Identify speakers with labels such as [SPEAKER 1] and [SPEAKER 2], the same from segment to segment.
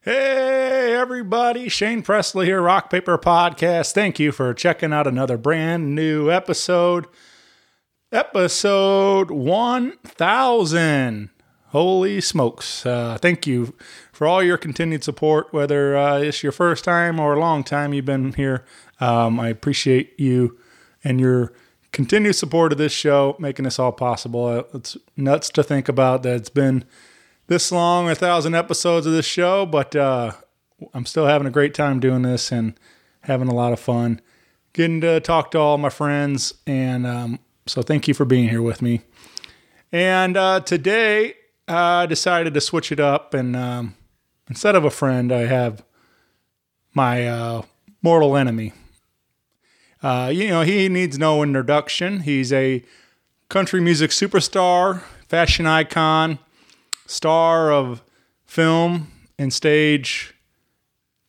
[SPEAKER 1] Hey, everybody. Shane Presley here, Rock Paper Podcast. Thank you for checking out another brand new episode. Episode 1000. Holy smokes. Uh, thank you for all your continued support, whether uh, it's your first time or a long time you've been here. Um, I appreciate you and your continued support of this show, making this all possible. Uh, It's nuts to think about that it's been this long, a thousand episodes of this show, but uh, I'm still having a great time doing this and having a lot of fun getting to talk to all my friends. And um, so, thank you for being here with me. And uh, today, I decided to switch it up, and um, instead of a friend, I have my uh, mortal enemy. Uh, you know, he needs no introduction. He's a country music superstar, fashion icon, star of film and stage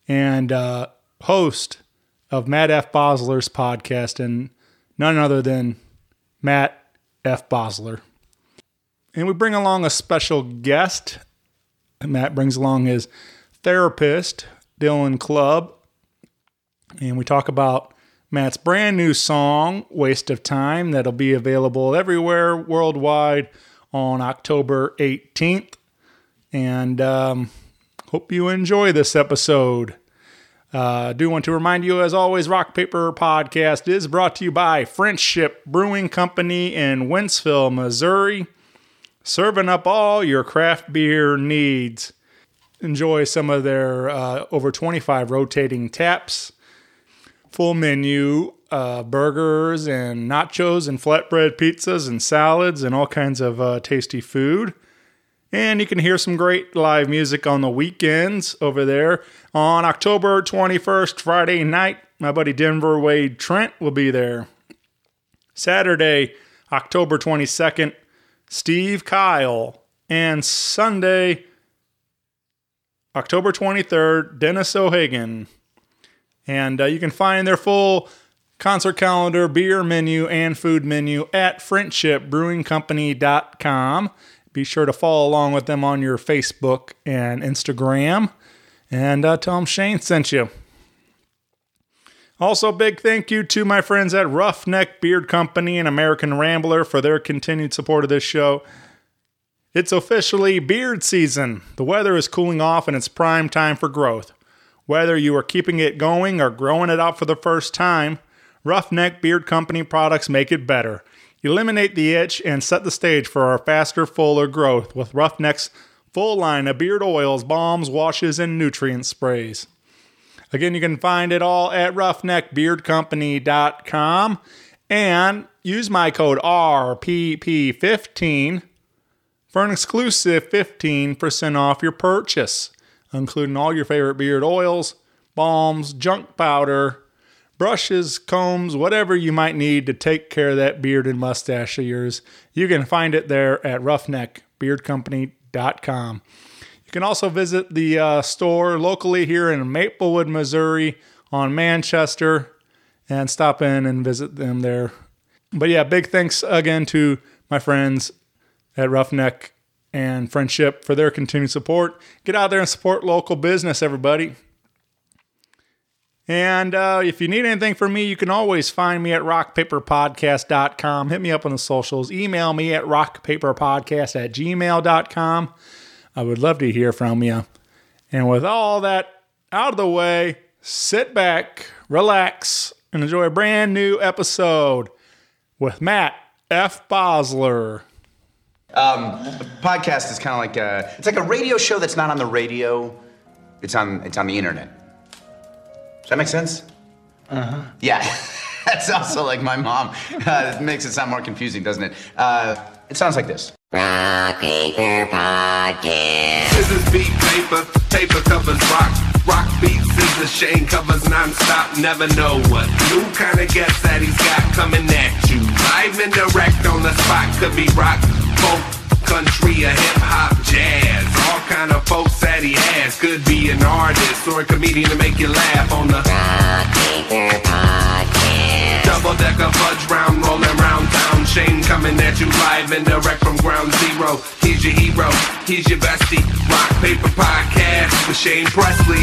[SPEAKER 1] and uh, host of Matt F. Bosler's podcast, and none other than Matt F. Bosler. And we bring along a special guest. And Matt brings along his therapist, Dylan Club. And we talk about Matt's brand new song, Waste of Time, that'll be available everywhere worldwide on October 18th. And um, hope you enjoy this episode. Uh, I do want to remind you, as always, Rock Paper Podcast is brought to you by Friendship Brewing Company in Wentzville, Missouri, serving up all your craft beer needs. Enjoy some of their uh, over 25 rotating taps full menu uh, burgers and nachos and flatbread pizzas and salads and all kinds of uh, tasty food. And you can hear some great live music on the weekends over there. On October 21st, Friday night, my buddy Denver Wade Trent will be there. Saturday, October 22nd, Steve Kyle. And Sunday, October 23rd, Dennis O'Hagan. And uh, you can find their full concert calendar, beer menu, and food menu at friendshipbrewingcompany.com. Be sure to follow along with them on your Facebook and Instagram. And uh, tell them Shane sent you. Also, big thank you to my friends at Roughneck Beard Company and American Rambler for their continued support of this show. It's officially beard season. The weather is cooling off and it's prime time for growth. Whether you are keeping it going or growing it out for the first time, Roughneck Beard Company products make it better. Eliminate the itch and set the stage for our faster, fuller growth with Roughneck's full line of beard oils, balms, washes, and nutrient sprays. Again, you can find it all at roughneckbeardcompany.com and use my code RPP15 for an exclusive 15% off your purchase, including all your favorite beard oils, balms, junk powder, brushes, combs, whatever you might need to take care of that beard and mustache of yours. You can find it there at roughneckbeardcompany.com. You can also visit the uh, store locally here in Maplewood, Missouri, on Manchester, and stop in and visit them there. But yeah, big thanks again to my friends at Roughneck and Friendship for their continued support. Get out there and support local business, everybody. And uh, if you need anything from me, you can always find me at rockpaperpodcast.com. Hit me up on the socials. Email me at rockpaperpodcast at gmail.com. I would love to hear from you. And with all that out of the way, sit back, relax, and enjoy a brand new episode with Matt F. Bosler.
[SPEAKER 2] podcast is kind of like a, it's like a radio show that's not on the radio. It's on it's on the internet. Does that make sense? Uh-huh. Yeah. that's also like my mom. Uh, it makes it sound more confusing, doesn't it? Uh, it sounds like this.
[SPEAKER 3] Rock Paper Podcast.
[SPEAKER 4] Scissors beat paper, paper covers rock. Rock beat scissors, Shane covers non-stop. Never know what new kind of guess that he's got coming at you. Live and direct on the spot could be rock, folk, country, or hip hop, jazz. All kind of folks that he has could be an artist or a comedian to make you laugh on the
[SPEAKER 3] Rock Paper Podcast.
[SPEAKER 4] double decker fudge round, rolling round town. Shane coming at you live and direct from ground zero. He's your hero, he's your bestie. Rock paper podcast with Shane Presley.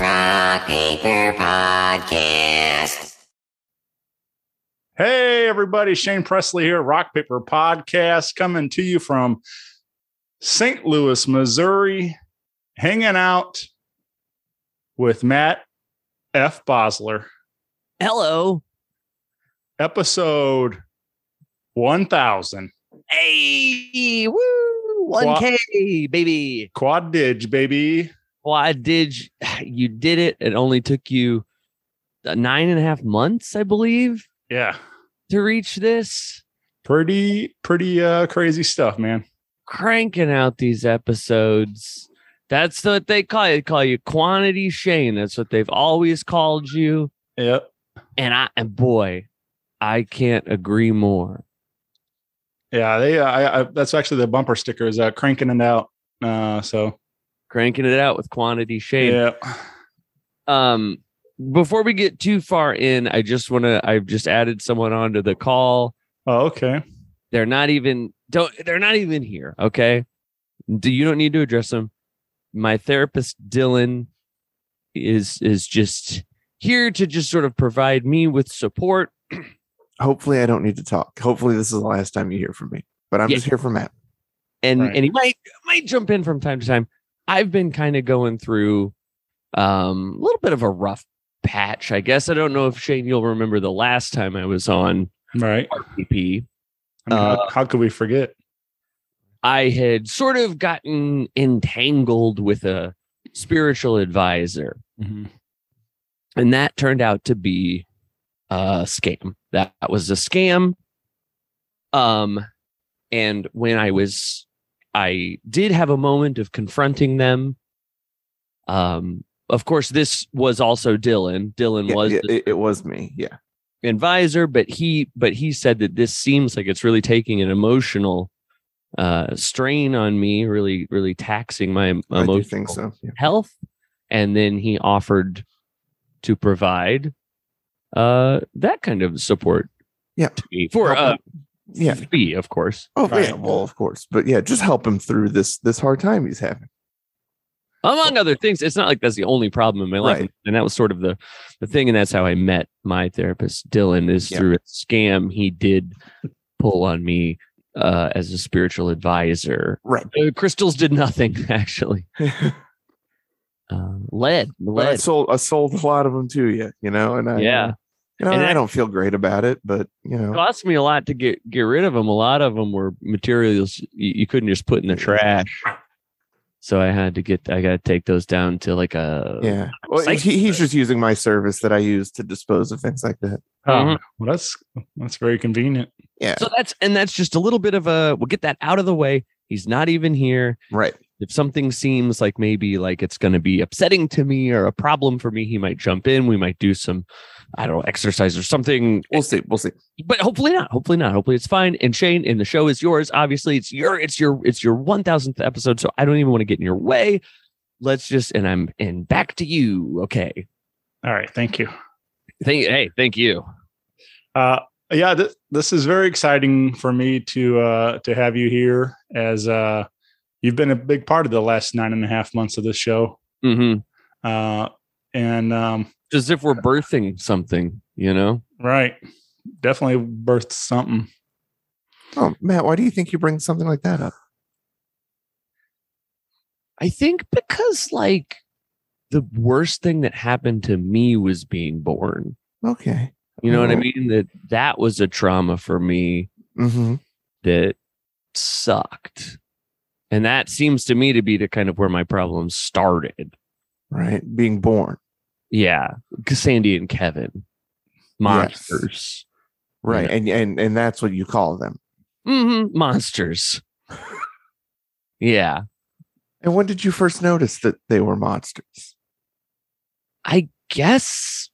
[SPEAKER 3] Rock Paper Podcast.
[SPEAKER 1] Hey, everybody. Shane Presley here, Rock Paper Podcast, coming to you from St. Louis, Missouri, hanging out with Matt F. Bosler,
[SPEAKER 5] Hello.
[SPEAKER 1] episode 1000,
[SPEAKER 5] Hey. Woo. 1K, baby.
[SPEAKER 1] Quad Dig, baby.
[SPEAKER 5] Why did you, you did it? It only took you uh, nine and a half months, I believe,
[SPEAKER 1] Yeah.
[SPEAKER 5] to reach this.
[SPEAKER 1] Pretty, pretty uh, crazy stuff, man.
[SPEAKER 5] Cranking out these episodes. That's what they call you. They call you quantity Shane. That's what they've always called you.
[SPEAKER 1] Yep.
[SPEAKER 5] And I and boy, I can't agree more.
[SPEAKER 1] Yeah. They, uh, I, I, that's actually the bumper sticker is uh, cranking it out. Uh, so,
[SPEAKER 5] Cranking it out with quantity Shane.
[SPEAKER 1] yeah.
[SPEAKER 5] um before we get too far in i just want to i've just added someone onto the call
[SPEAKER 1] Oh, okay.
[SPEAKER 5] they're not even don't they're not even here okay do you don't need to address them my therapist dylan is is just here to just sort of provide me with support
[SPEAKER 6] hopefully I don't need to talk. Hopefully this is the last time you hear from me. But I'm
[SPEAKER 5] Yeah.
[SPEAKER 6] just here for Matt.
[SPEAKER 5] and
[SPEAKER 1] Right.
[SPEAKER 5] and he might might jump in from time to time. I've been kind of going through um, a little bit of a rough patch, I guess. I don't know if Shane, you'll remember the last time I was on
[SPEAKER 1] Right.
[SPEAKER 5] RPP.
[SPEAKER 1] I mean,
[SPEAKER 5] Uh,
[SPEAKER 1] how, how could we forget?
[SPEAKER 5] I had sort of gotten entangled with a spiritual advisor,
[SPEAKER 1] Mm-hmm.
[SPEAKER 5] and that turned out to be a scam. That, that was a scam. Um, and when I was, I did have a moment of confronting them. Um, of course, this was also Dylan. Dylan
[SPEAKER 6] Yeah,
[SPEAKER 5] was
[SPEAKER 6] yeah,
[SPEAKER 5] the
[SPEAKER 6] it, it was me. Yeah.
[SPEAKER 5] advisor, but he but he said that this seems like it's really taking an emotional uh strain on me, really really taxing my emotional
[SPEAKER 6] I do think so. Yeah.
[SPEAKER 5] health. And then he offered to provide uh that kind of support.
[SPEAKER 6] Yeah.
[SPEAKER 5] To me for
[SPEAKER 6] Help
[SPEAKER 5] uh
[SPEAKER 6] him. Yeah.
[SPEAKER 5] fee, of course.
[SPEAKER 6] Oh yeah.
[SPEAKER 1] Right.
[SPEAKER 6] Well, of course. But yeah, just help him through this this hard time he's having.
[SPEAKER 5] Among other things, it's not like that's the only problem in my life.
[SPEAKER 6] Right.
[SPEAKER 5] And that was sort of the the thing, and that's how I met my therapist, Dylan, is
[SPEAKER 6] Yeah.
[SPEAKER 5] through a scam he did pull on me uh, as a spiritual advisor.
[SPEAKER 6] Right.
[SPEAKER 5] Uh, crystals did nothing actually. Uh, lead,
[SPEAKER 6] But I
[SPEAKER 5] lead.
[SPEAKER 6] sold I sold a lot of them to you, you know, and I uh,
[SPEAKER 5] Yeah.
[SPEAKER 6] You know,
[SPEAKER 5] And
[SPEAKER 6] I,
[SPEAKER 5] I-
[SPEAKER 6] don't feel great about it, but you know,
[SPEAKER 5] It cost me a lot to get get rid of them. A lot of them were materials you, you couldn't just put in the trash. So I had to get I got to take those down to like a
[SPEAKER 6] yeah. Well,
[SPEAKER 5] uh, psych- uh,
[SPEAKER 6] he, he's just using my service that I use to dispose of things like that.
[SPEAKER 1] Oh,
[SPEAKER 5] Mhm.
[SPEAKER 1] well, that's that's very convenient.
[SPEAKER 6] Yeah.
[SPEAKER 5] So that's and that's just a little bit of a we'll get that out of the way. He's not even here.
[SPEAKER 6] right.
[SPEAKER 5] If something seems like maybe like it's going to be upsetting to me or a problem for me, he might jump in. We might do some I don't know exercise or something.
[SPEAKER 6] We'll see. We'll see.
[SPEAKER 5] But hopefully not. Hopefully not. Hopefully it's fine. And Shane, and the show is yours. Obviously, it's your it's your it's your 1000th episode, so I don't even want to get in your way. Let's just and I'm and back to you. Okay.
[SPEAKER 1] All right, thank you.
[SPEAKER 5] Thank hey, thank you.
[SPEAKER 1] Uh, yeah, th- this is very exciting for me to uh, to have you here, as uh, you've been a big part of the last nine and a half months of this show,
[SPEAKER 5] Mhm.
[SPEAKER 1] uh, and um,
[SPEAKER 5] Just if we're birthing something, you know.
[SPEAKER 1] right, definitely birthed something.
[SPEAKER 6] Oh, Matt, why do you think you bring something like that up?
[SPEAKER 5] I think because like the worst thing that happened to me was being born.
[SPEAKER 6] Okay.
[SPEAKER 5] You know what I
[SPEAKER 6] Oh.
[SPEAKER 5] mean? That that was a trauma for me
[SPEAKER 6] Mm-hmm.
[SPEAKER 5] that sucked. And that seems to me to be the kind of where my problems started.
[SPEAKER 6] Right. Being born.
[SPEAKER 5] Yeah. Sandy and Kevin. Monsters.
[SPEAKER 6] Right.
[SPEAKER 5] Yeah.
[SPEAKER 6] And and and that's what you call them.
[SPEAKER 5] hmm Monsters. yeah.
[SPEAKER 6] And when did you first notice that they were monsters?
[SPEAKER 5] I guess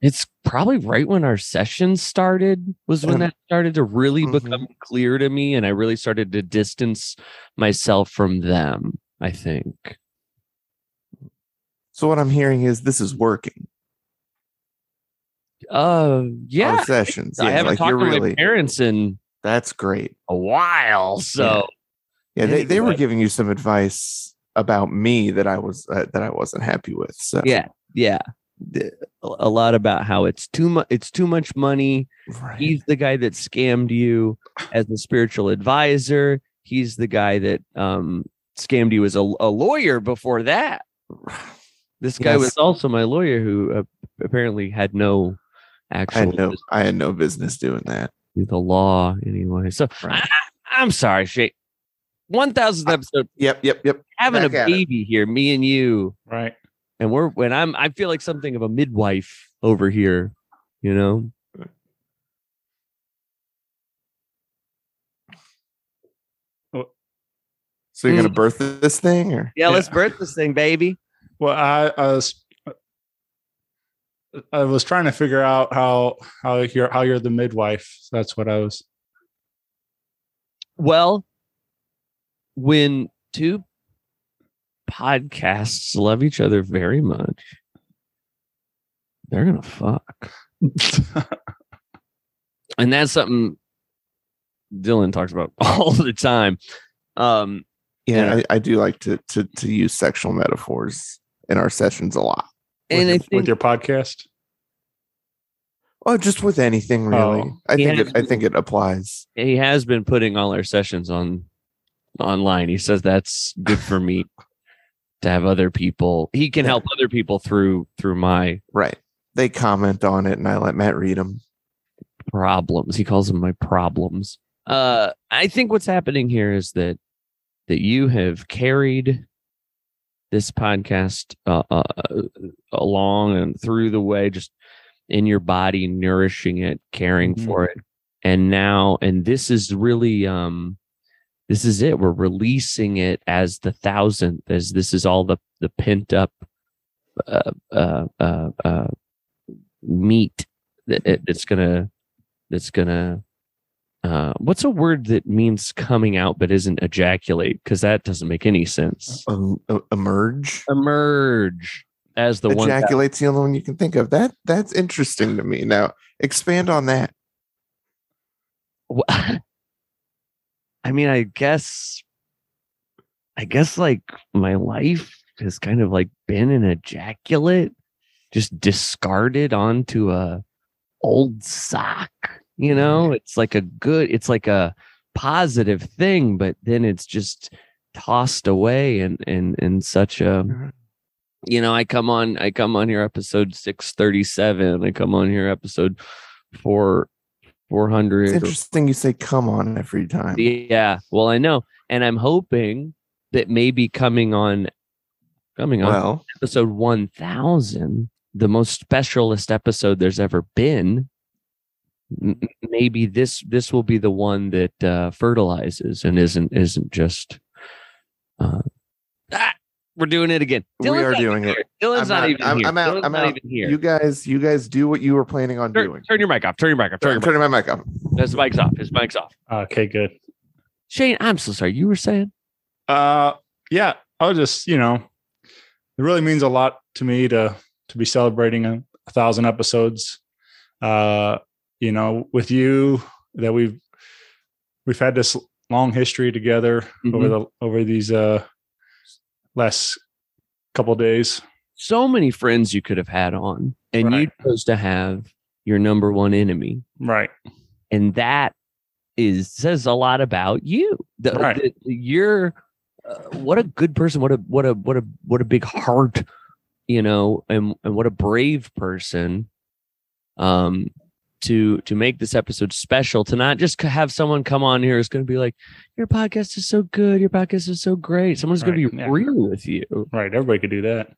[SPEAKER 5] it's probably right when our session started was when
[SPEAKER 6] Yeah.
[SPEAKER 5] that started to really
[SPEAKER 6] Mhm.
[SPEAKER 5] become clear to me and I really started to distance myself from them, I think.
[SPEAKER 6] So what I'm hearing is this is working.
[SPEAKER 5] Uh,
[SPEAKER 6] Our
[SPEAKER 5] yeah.
[SPEAKER 6] sessions.
[SPEAKER 5] I
[SPEAKER 6] Yeah,
[SPEAKER 5] haven't
[SPEAKER 6] like
[SPEAKER 5] talked
[SPEAKER 6] you're
[SPEAKER 5] to
[SPEAKER 6] really
[SPEAKER 5] my parents in
[SPEAKER 6] that's great.
[SPEAKER 5] a while. So
[SPEAKER 6] Yeah, they, they were
[SPEAKER 5] Anyway.
[SPEAKER 6] giving you some advice about me that I was uh, that I wasn't happy with. So
[SPEAKER 5] yeah, yeah. The- A lot about how it's too much. It's too much money.
[SPEAKER 6] right.
[SPEAKER 5] He's the guy that scammed you as a spiritual advisor. He's the guy that um, scammed you as a, a lawyer before that. This guy
[SPEAKER 6] Yes.
[SPEAKER 5] was also my lawyer who uh, apparently had no
[SPEAKER 6] I
[SPEAKER 5] actual
[SPEAKER 6] had no I had no business doing that.
[SPEAKER 5] do the law anyway. So
[SPEAKER 6] Right.
[SPEAKER 5] I, am sorry, Shay. One thousandth episode,
[SPEAKER 6] Yep, yep, yep.
[SPEAKER 5] having
[SPEAKER 6] back
[SPEAKER 5] a
[SPEAKER 6] at it.
[SPEAKER 5] baby here, me and you,
[SPEAKER 1] Right.
[SPEAKER 5] and we're when I'm I feel like something of a midwife over here, you know.
[SPEAKER 6] So you're
[SPEAKER 5] Mm.
[SPEAKER 6] gonna birth this thing or
[SPEAKER 5] Yeah, let's
[SPEAKER 1] Yeah.
[SPEAKER 5] birth this thing, baby.
[SPEAKER 1] Well, I, I was I was trying to figure out how how you're how you're the midwife. That's what I was.
[SPEAKER 5] Well, when two podcasts love each other very much, they're gonna fuck, and that's something Dylan talks about all the time. Um,
[SPEAKER 6] yeah,
[SPEAKER 5] Yeah.
[SPEAKER 6] I, I do like to to to use sexual metaphors in our sessions a lot.
[SPEAKER 5] and
[SPEAKER 1] with,
[SPEAKER 5] I
[SPEAKER 1] your,
[SPEAKER 5] think
[SPEAKER 1] with your podcast.
[SPEAKER 6] Oh, just with anything really.
[SPEAKER 1] Oh.
[SPEAKER 6] I
[SPEAKER 5] He
[SPEAKER 6] think
[SPEAKER 5] has-
[SPEAKER 6] it, I think it applies.
[SPEAKER 5] he has been putting all our sessions on online. He says that's good for me to have other people. He can help other people through through my
[SPEAKER 6] Right. They comment on it, and I let Matt read them.
[SPEAKER 5] problems. He calls them my problems. Uh, I think what's happening here is that that you have carried this podcast uh, uh, along and through the way, just in your body, nourishing it, caring
[SPEAKER 1] Mhm.
[SPEAKER 5] for it, and now, and this is really, um, this is it. We're releasing it as the thousandth, as this is all the the pent up, uh, uh, uh, uh, meat that it, it's gonna, that's gonna. Uh, what's a word that means coming out but isn't ejaculate? Because that doesn't make any sense
[SPEAKER 6] Um, e- emerge.
[SPEAKER 5] emerge as Uh, the one that-
[SPEAKER 6] Ejaculate's the only one you can think of. That that's interesting to me. Now expand on that.
[SPEAKER 5] Wha- i mean i guess i guess like my life has kind of like been an ejaculate just discarded onto a old sock you know it's like a good it's like a positive thing but then it's just tossed away and and in such a you know, I come on, I come on here episode six thirty seven. I come on here episode four four
[SPEAKER 6] It's
[SPEAKER 5] hundred.
[SPEAKER 6] interesting you say come on every time.
[SPEAKER 5] Yeah, well, I know, and I'm hoping that maybe coming on, coming on
[SPEAKER 6] Well,
[SPEAKER 5] episode one thousand, the most specialist episode there's ever been. m- m- Maybe this this will be the one that uh, fertilizes and isn't isn't just. Uh, ah, we're doing it again.
[SPEAKER 6] We
[SPEAKER 5] Dylan's
[SPEAKER 6] are
[SPEAKER 5] not
[SPEAKER 6] doing
[SPEAKER 5] even
[SPEAKER 6] it.
[SPEAKER 5] here. Dylan's
[SPEAKER 6] I'm
[SPEAKER 5] not
[SPEAKER 6] out.
[SPEAKER 5] even
[SPEAKER 6] I'm-
[SPEAKER 5] here.
[SPEAKER 6] I'm out.
[SPEAKER 5] Dylan's
[SPEAKER 6] I'm
[SPEAKER 5] not
[SPEAKER 6] out.
[SPEAKER 5] even here.
[SPEAKER 6] you guys, you guys do what you were planning on
[SPEAKER 5] turn,
[SPEAKER 6] doing.
[SPEAKER 5] turn your mic off. Turn your mic off. Turn your
[SPEAKER 6] Turn,
[SPEAKER 5] mic.
[SPEAKER 6] turn your mic up.
[SPEAKER 5] His mic's off. His mic's off.
[SPEAKER 1] Okay, good.
[SPEAKER 5] Shane, I'm so sorry. You were saying
[SPEAKER 1] Uh, yeah, I was just you know, it really means a lot to me to to be celebrating a, a thousand episodes. Uh, you know, with you that we've we've had this long history together over the over these uh last couple days.
[SPEAKER 5] so many friends you could have had on, and
[SPEAKER 1] Right.
[SPEAKER 5] you chose to have your number one enemy,
[SPEAKER 1] Right.
[SPEAKER 5] and that is says a lot about you. The,
[SPEAKER 1] Right.
[SPEAKER 5] the- you're uh, what a good person. What a what a what a what a big heart, you know, and and what a brave person. Um, to to make this episode special to not just c- have someone come on here who's going to be like your podcast is so good your podcast is so great someone's going
[SPEAKER 1] Right,
[SPEAKER 5] to be
[SPEAKER 1] yeah.
[SPEAKER 5] real with you
[SPEAKER 1] Right. Everybody could do that.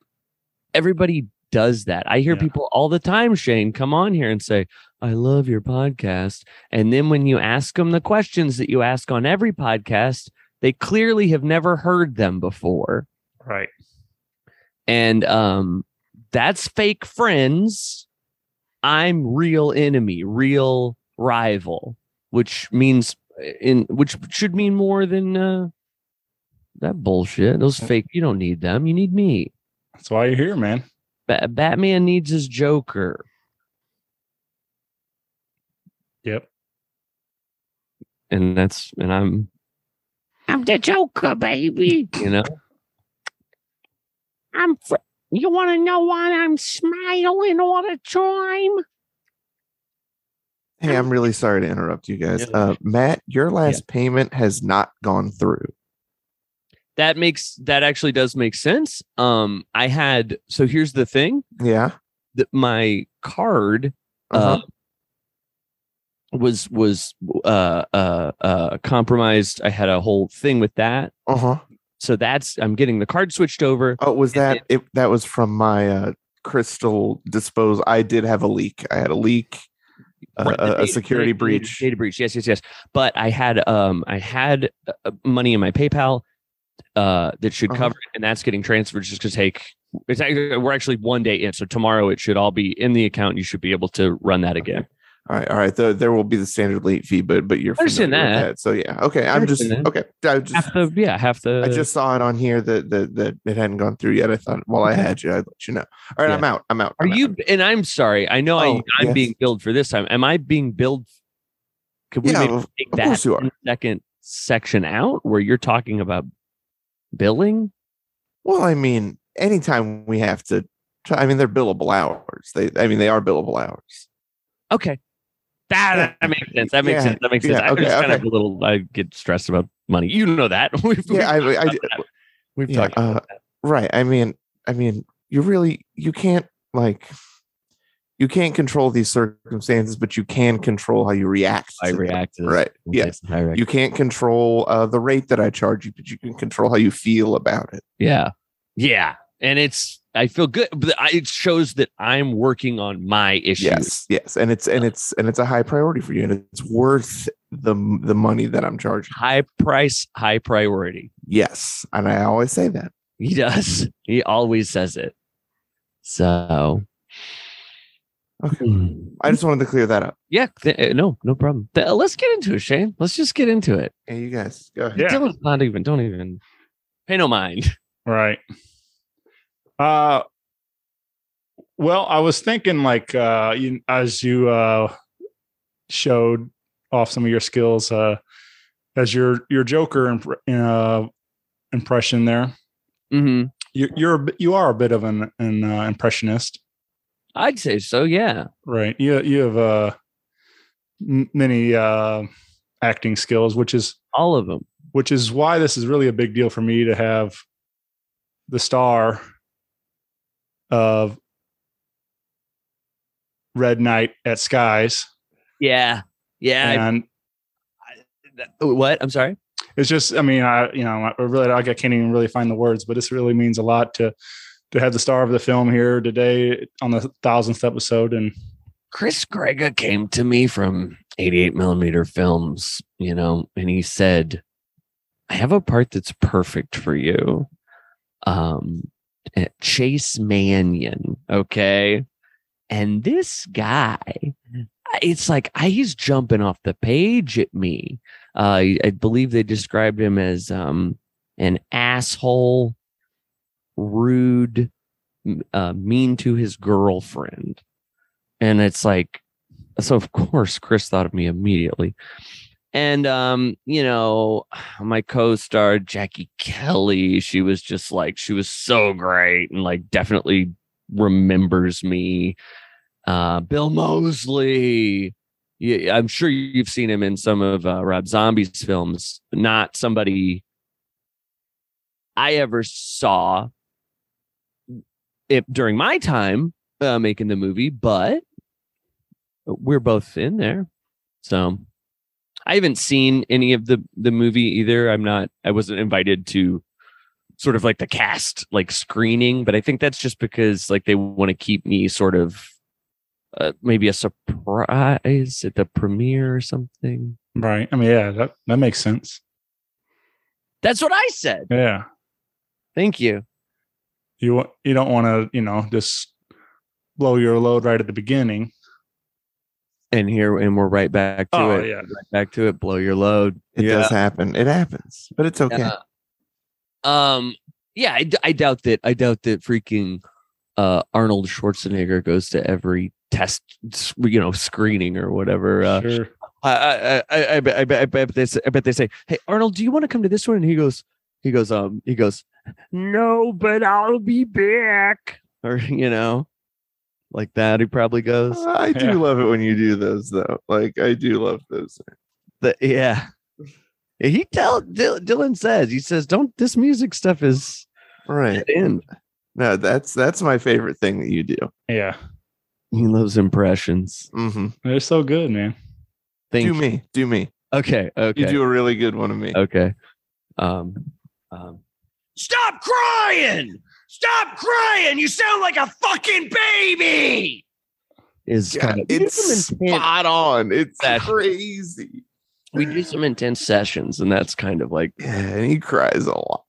[SPEAKER 5] everybody does that i hear
[SPEAKER 1] Yeah.
[SPEAKER 5] people all the time shane come on here and say i love your podcast and then when you ask them the questions that you ask on every podcast they clearly have never heard them before
[SPEAKER 1] Right.
[SPEAKER 5] and um that's fake friends i'm real enemy real rival which means eh, in which should mean more than uh that bullshit those fake you don't need them you need me
[SPEAKER 1] That's why you're here, man.
[SPEAKER 5] Ba- batman needs his joker
[SPEAKER 1] Yep.
[SPEAKER 5] And that's and I'm
[SPEAKER 7] I'm the Joker, baby.
[SPEAKER 5] you know
[SPEAKER 7] I'm. Fr- you want to know why I'm smiling all the time?
[SPEAKER 6] Hey, I'm really sorry to interrupt you guys. Uh, Matt, your last payment has not gone through.
[SPEAKER 5] that makes that actually does make sense. Um, I had so here's the thing
[SPEAKER 6] Yeah.
[SPEAKER 5] that my card
[SPEAKER 6] Uh-huh.
[SPEAKER 5] uh, was was uh, uh, uh, compromised. I had a whole thing with that,
[SPEAKER 6] Uh huh.
[SPEAKER 5] so that's I'm getting the card switched over.
[SPEAKER 6] Oh, was
[SPEAKER 5] and
[SPEAKER 6] that it? That was from my uh, crystal dispose. I did have a leak. I had a leak, uh,
[SPEAKER 5] Right, the
[SPEAKER 6] a- a,
[SPEAKER 5] data-
[SPEAKER 6] security
[SPEAKER 5] data-
[SPEAKER 6] breach.
[SPEAKER 5] Data breach. Yes, yes, yes. But I had um I had uh, money in my PayPal uh that should
[SPEAKER 6] Uh-huh.
[SPEAKER 5] cover it, and that's getting transferred. Just to take it's actually, we're actually one day in, so tomorrow it should all be in the account. You should be able to run that again.
[SPEAKER 6] All right, all right. Though there will be the standard late fee, but but you're
[SPEAKER 5] I understand
[SPEAKER 6] familiar with
[SPEAKER 5] that.
[SPEAKER 6] So yeah, okay. I'm just
[SPEAKER 5] understand
[SPEAKER 6] okay. I just
[SPEAKER 5] Half the yeah, half the
[SPEAKER 6] I just saw it on here that that that it hadn't gone through yet. I thought, well, I had you. I'd let you know. All right,
[SPEAKER 5] Yeah.
[SPEAKER 6] I'm out. I'm out.
[SPEAKER 5] Are
[SPEAKER 6] I'm out.
[SPEAKER 5] you? And I'm sorry. I know I,
[SPEAKER 6] Oh,
[SPEAKER 5] I'm
[SPEAKER 6] yes.
[SPEAKER 5] being billed for this time. Am I being billed? Could we
[SPEAKER 6] Yeah,
[SPEAKER 5] maybe
[SPEAKER 6] of-
[SPEAKER 5] take
[SPEAKER 6] of
[SPEAKER 5] that
[SPEAKER 6] course you are.
[SPEAKER 5] second section out where you're talking about billing?
[SPEAKER 6] Well, I mean, anytime we have to. Try, I mean, they're billable hours. They, I mean, they are billable hours.
[SPEAKER 5] Okay, that, that makes sense. That makes
[SPEAKER 6] Yeah,
[SPEAKER 5] sense. That makes sense.
[SPEAKER 6] yeah,
[SPEAKER 5] I was
[SPEAKER 6] okay,
[SPEAKER 5] kind of
[SPEAKER 6] okay.
[SPEAKER 5] a little. I get stressed about money. You know that. we've,
[SPEAKER 6] Yeah, I,
[SPEAKER 5] Uh,
[SPEAKER 6] I, I
[SPEAKER 5] we've
[SPEAKER 6] yeah, uh,
[SPEAKER 5] talked. about that.
[SPEAKER 6] right i mean i mean you really you can't like you can't control these circumstances but you can control how you react
[SPEAKER 5] I
[SPEAKER 6] to them,
[SPEAKER 5] react. To this.
[SPEAKER 6] right
[SPEAKER 5] Okay,
[SPEAKER 6] yes
[SPEAKER 5] I react.
[SPEAKER 6] you can't control uh, the rate that i charge you but you can control how you feel about it
[SPEAKER 5] Yeah. Yeah. And it's. I feel good. But I, it shows that I'm working on my issues.
[SPEAKER 6] yes yes and it's and it's and it's a high priority for you and it's worth the the money that i'm charging
[SPEAKER 5] High price, high priority.
[SPEAKER 6] yes and i always say that
[SPEAKER 5] He does. He always says it. So,
[SPEAKER 6] Okay.
[SPEAKER 5] Hmm.
[SPEAKER 6] i just wanted to clear that up
[SPEAKER 5] yeah, th- uh, no, no problem. Th- uh, let's get into it, Shane. Let's just get into it.
[SPEAKER 6] hey you guys go ahead
[SPEAKER 1] Yeah.
[SPEAKER 5] Dylan's not even. Don't even pay no mind.
[SPEAKER 1] Right. Uh well, I was thinking like uh you, as you uh showed off some of your skills uh as your your Joker imp- uh impression there.
[SPEAKER 5] Mm-hmm.
[SPEAKER 1] You you're a bit- you are a bit of an an uh, impressionist,
[SPEAKER 5] I'd say so. Yeah.
[SPEAKER 1] right? You you have uh m- many uh acting skills, which is
[SPEAKER 5] All of them.
[SPEAKER 1] which is why this is really a big deal for me to have the star of Red Knight at Skies.
[SPEAKER 5] Yeah. Yeah.
[SPEAKER 1] and
[SPEAKER 5] I- what? I'm sorry.
[SPEAKER 1] it's just, I mean, I, you know, I really, I can't even really find the words, but this really means a lot to, to have the star of the film here today on the thousandth episode. And
[SPEAKER 5] Chris Grega came to me from 88 millimeter films, you know, and he said, I have a part that's perfect for you. Um, eh, Chase Mannion. Okay. And this guy, it's like I, he's jumping off the page at me. Uh, I, I believe they described him as um, an asshole, rude, m- uh, mean to his girlfriend. And it's like, so of course, Chris thought of me immediately. And, um, you know, my co star, Jackie Kelly, she was just like, she was so great and like definitely remembers me. Uh, Bill Mosley. Yeah, I'm sure you've seen him in some of uh, Rob Zombie's films, not somebody I ever saw mm, if during my time uh, making the movie, but we're both in there. So I haven't seen any of the the movie either. I'm not. I wasn't invited to sort of like the cast like screening, but I think that's just because like they want to keep me sort of uh, maybe a surprise at the premiere or something.
[SPEAKER 1] right. I mean, yeah, that, that makes sense.
[SPEAKER 5] That's what I said.
[SPEAKER 1] Yeah.
[SPEAKER 5] Thank you.
[SPEAKER 1] You, wa- you don't want to, you know, just blow your load right at the beginning.
[SPEAKER 5] And here and we're right back to
[SPEAKER 1] Oh
[SPEAKER 5] it.
[SPEAKER 1] yeah.
[SPEAKER 5] Right back to it. Blow your load.
[SPEAKER 6] it does happen it happens but it's okay
[SPEAKER 5] Yeah. Um. Yeah, I, d- I doubt that. I doubt that. Freaking uh, Arnold Schwarzenegger goes to every test, you know, screening or whatever. Uh,
[SPEAKER 1] sure.
[SPEAKER 5] I, I, I, I, bet, I, bet, I bet they, say- I bet they say, "Hey, Arnold, do you want to come to this one?" And he goes, he goes, um, he goes, "No, but I'll be back," or you know, like that. He probably goes,
[SPEAKER 6] I do
[SPEAKER 1] Yeah.
[SPEAKER 6] love it when you do those though. Like I do love those.
[SPEAKER 5] the, "Yeah." Yeah, He tell Dil- Dylan says he says, "Don't this music stuff is
[SPEAKER 6] Right.
[SPEAKER 5] dead end."
[SPEAKER 6] No, that's that's my favorite thing that you do.
[SPEAKER 1] Yeah.
[SPEAKER 5] He loves impressions.
[SPEAKER 6] hmm
[SPEAKER 1] They're so good, man.
[SPEAKER 5] Thank you.
[SPEAKER 6] Do me, do me.
[SPEAKER 5] Okay. Okay.
[SPEAKER 6] You do a really good one of me.
[SPEAKER 5] Okay. Um, um, Stop crying! Stop crying! You sound like a fucking baby. Is
[SPEAKER 6] God,
[SPEAKER 5] kind of
[SPEAKER 6] it's spot on. It's
[SPEAKER 5] That-
[SPEAKER 6] crazy.
[SPEAKER 5] we do some intense sessions, and that's kind of like
[SPEAKER 6] Yeah, and he cries a lot.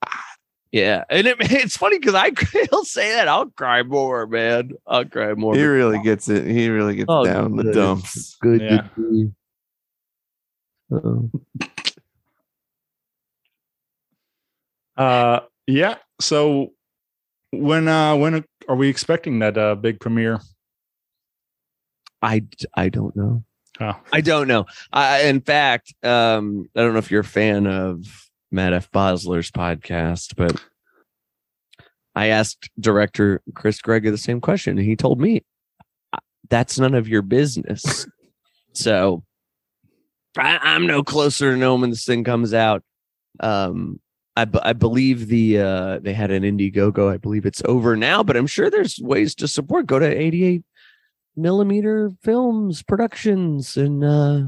[SPEAKER 5] yeah. And it, it's funny because I he'll say that I'll cry more, man. I'll cry more.
[SPEAKER 6] He really gets it. He really gets
[SPEAKER 5] Oh,
[SPEAKER 6] down the
[SPEAKER 5] good.
[SPEAKER 6] dumps.
[SPEAKER 5] Good. to
[SPEAKER 1] Yeah.
[SPEAKER 5] see. Oh.
[SPEAKER 1] Uh, yeah. So when uh when are we expecting that uh big premiere?
[SPEAKER 5] I I don't know.
[SPEAKER 1] Oh.
[SPEAKER 5] I don't know. I in fact, um, I don't know if you're a fan of Matt F. Bosler's podcast, but I asked director Chris Greger the same question, and he told me that's none of your business. so I, I'm no closer to knowing when this thing comes out. Um, I, b- I believe the uh, they had an Indiegogo. I believe it's over now, but I'm sure there's ways to support. Go to 88 millimeter films productions and uh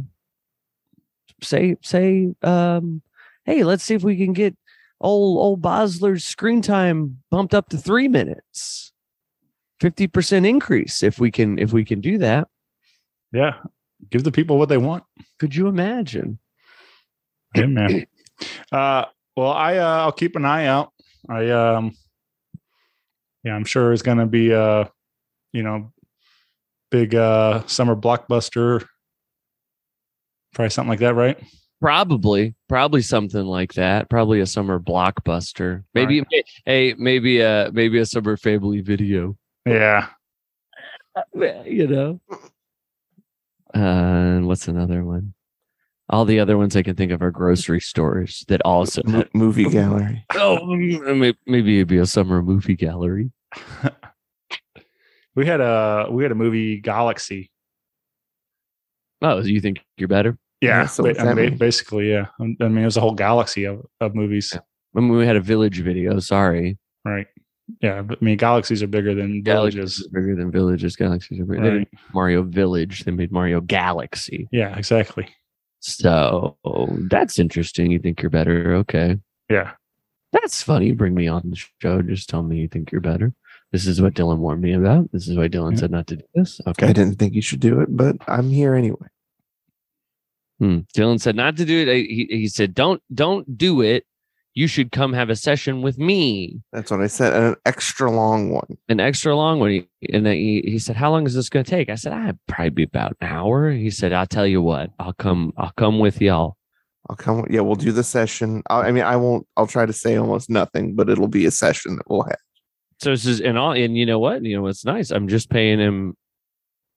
[SPEAKER 5] say say um hey let's see if we can get old old bosler's screen time bumped up to three minutes 50% increase if we can if we can do that
[SPEAKER 1] Yeah. Give the people what they want.
[SPEAKER 5] could you imagine
[SPEAKER 1] Yeah, man. uh, well, I uh, I'll keep an eye out. I um, yeah, I'm sure it's gonna be uh, you know, big uh summer blockbuster, probably something like that, right?
[SPEAKER 5] probably probably something like that probably a summer blockbuster maybe hey maybe uh maybe a summer family video
[SPEAKER 1] Yeah,
[SPEAKER 5] Yeah, you know. Uh, and what's another one? All the other ones I can think of are grocery stores that also.
[SPEAKER 6] Mo- movie gallery.
[SPEAKER 5] oh, may- maybe it'd be a summer movie gallery.
[SPEAKER 1] we had a we had a movie Galaxy.
[SPEAKER 5] Oh, you think you're better?
[SPEAKER 1] Yeah,
[SPEAKER 6] so what's
[SPEAKER 1] ba- I
[SPEAKER 6] that
[SPEAKER 1] mean,
[SPEAKER 6] mean?
[SPEAKER 1] basically, yeah. I mean, it was a whole galaxy of, of movies,
[SPEAKER 5] I mean, we had a village video. Sorry,
[SPEAKER 1] right? Yeah, but, I mean, galaxies are bigger than
[SPEAKER 5] Galaxies
[SPEAKER 1] villages.
[SPEAKER 5] are bigger than villages. Galaxies are bigger. They
[SPEAKER 1] Right?
[SPEAKER 5] didn't make Mario Village. They made Mario Galaxy.
[SPEAKER 1] Yeah, exactly.
[SPEAKER 5] So that's interesting. You think you're better? Okay,
[SPEAKER 1] Yeah,
[SPEAKER 5] that's funny. Bring me on the show. Just tell me you think you're better. This is what Dylan warned me about. This is why Dylan
[SPEAKER 1] Yeah.
[SPEAKER 5] said not to do this. Okay.
[SPEAKER 6] I didn't think you should do it, but I'm here anyway.
[SPEAKER 5] Hmm. Dylan said not to do it. I- He, he said, "Don't don't do it. You should come have a session with me,
[SPEAKER 6] That's what I said. and An extra long one.
[SPEAKER 5] an extra long one." He- And then he, he said, "How long is this going to take?" I said, "I'd probably be about an hour." He said, "I'll tell you what. I'll come. I'll come with y'all."
[SPEAKER 6] I'll come. Yeah, we'll do the session. I, I mean, I won't. I'll try to say almost nothing, but it'll be a session that we'll have.
[SPEAKER 5] So this is and all and you know what? You know what's nice? I'm just paying him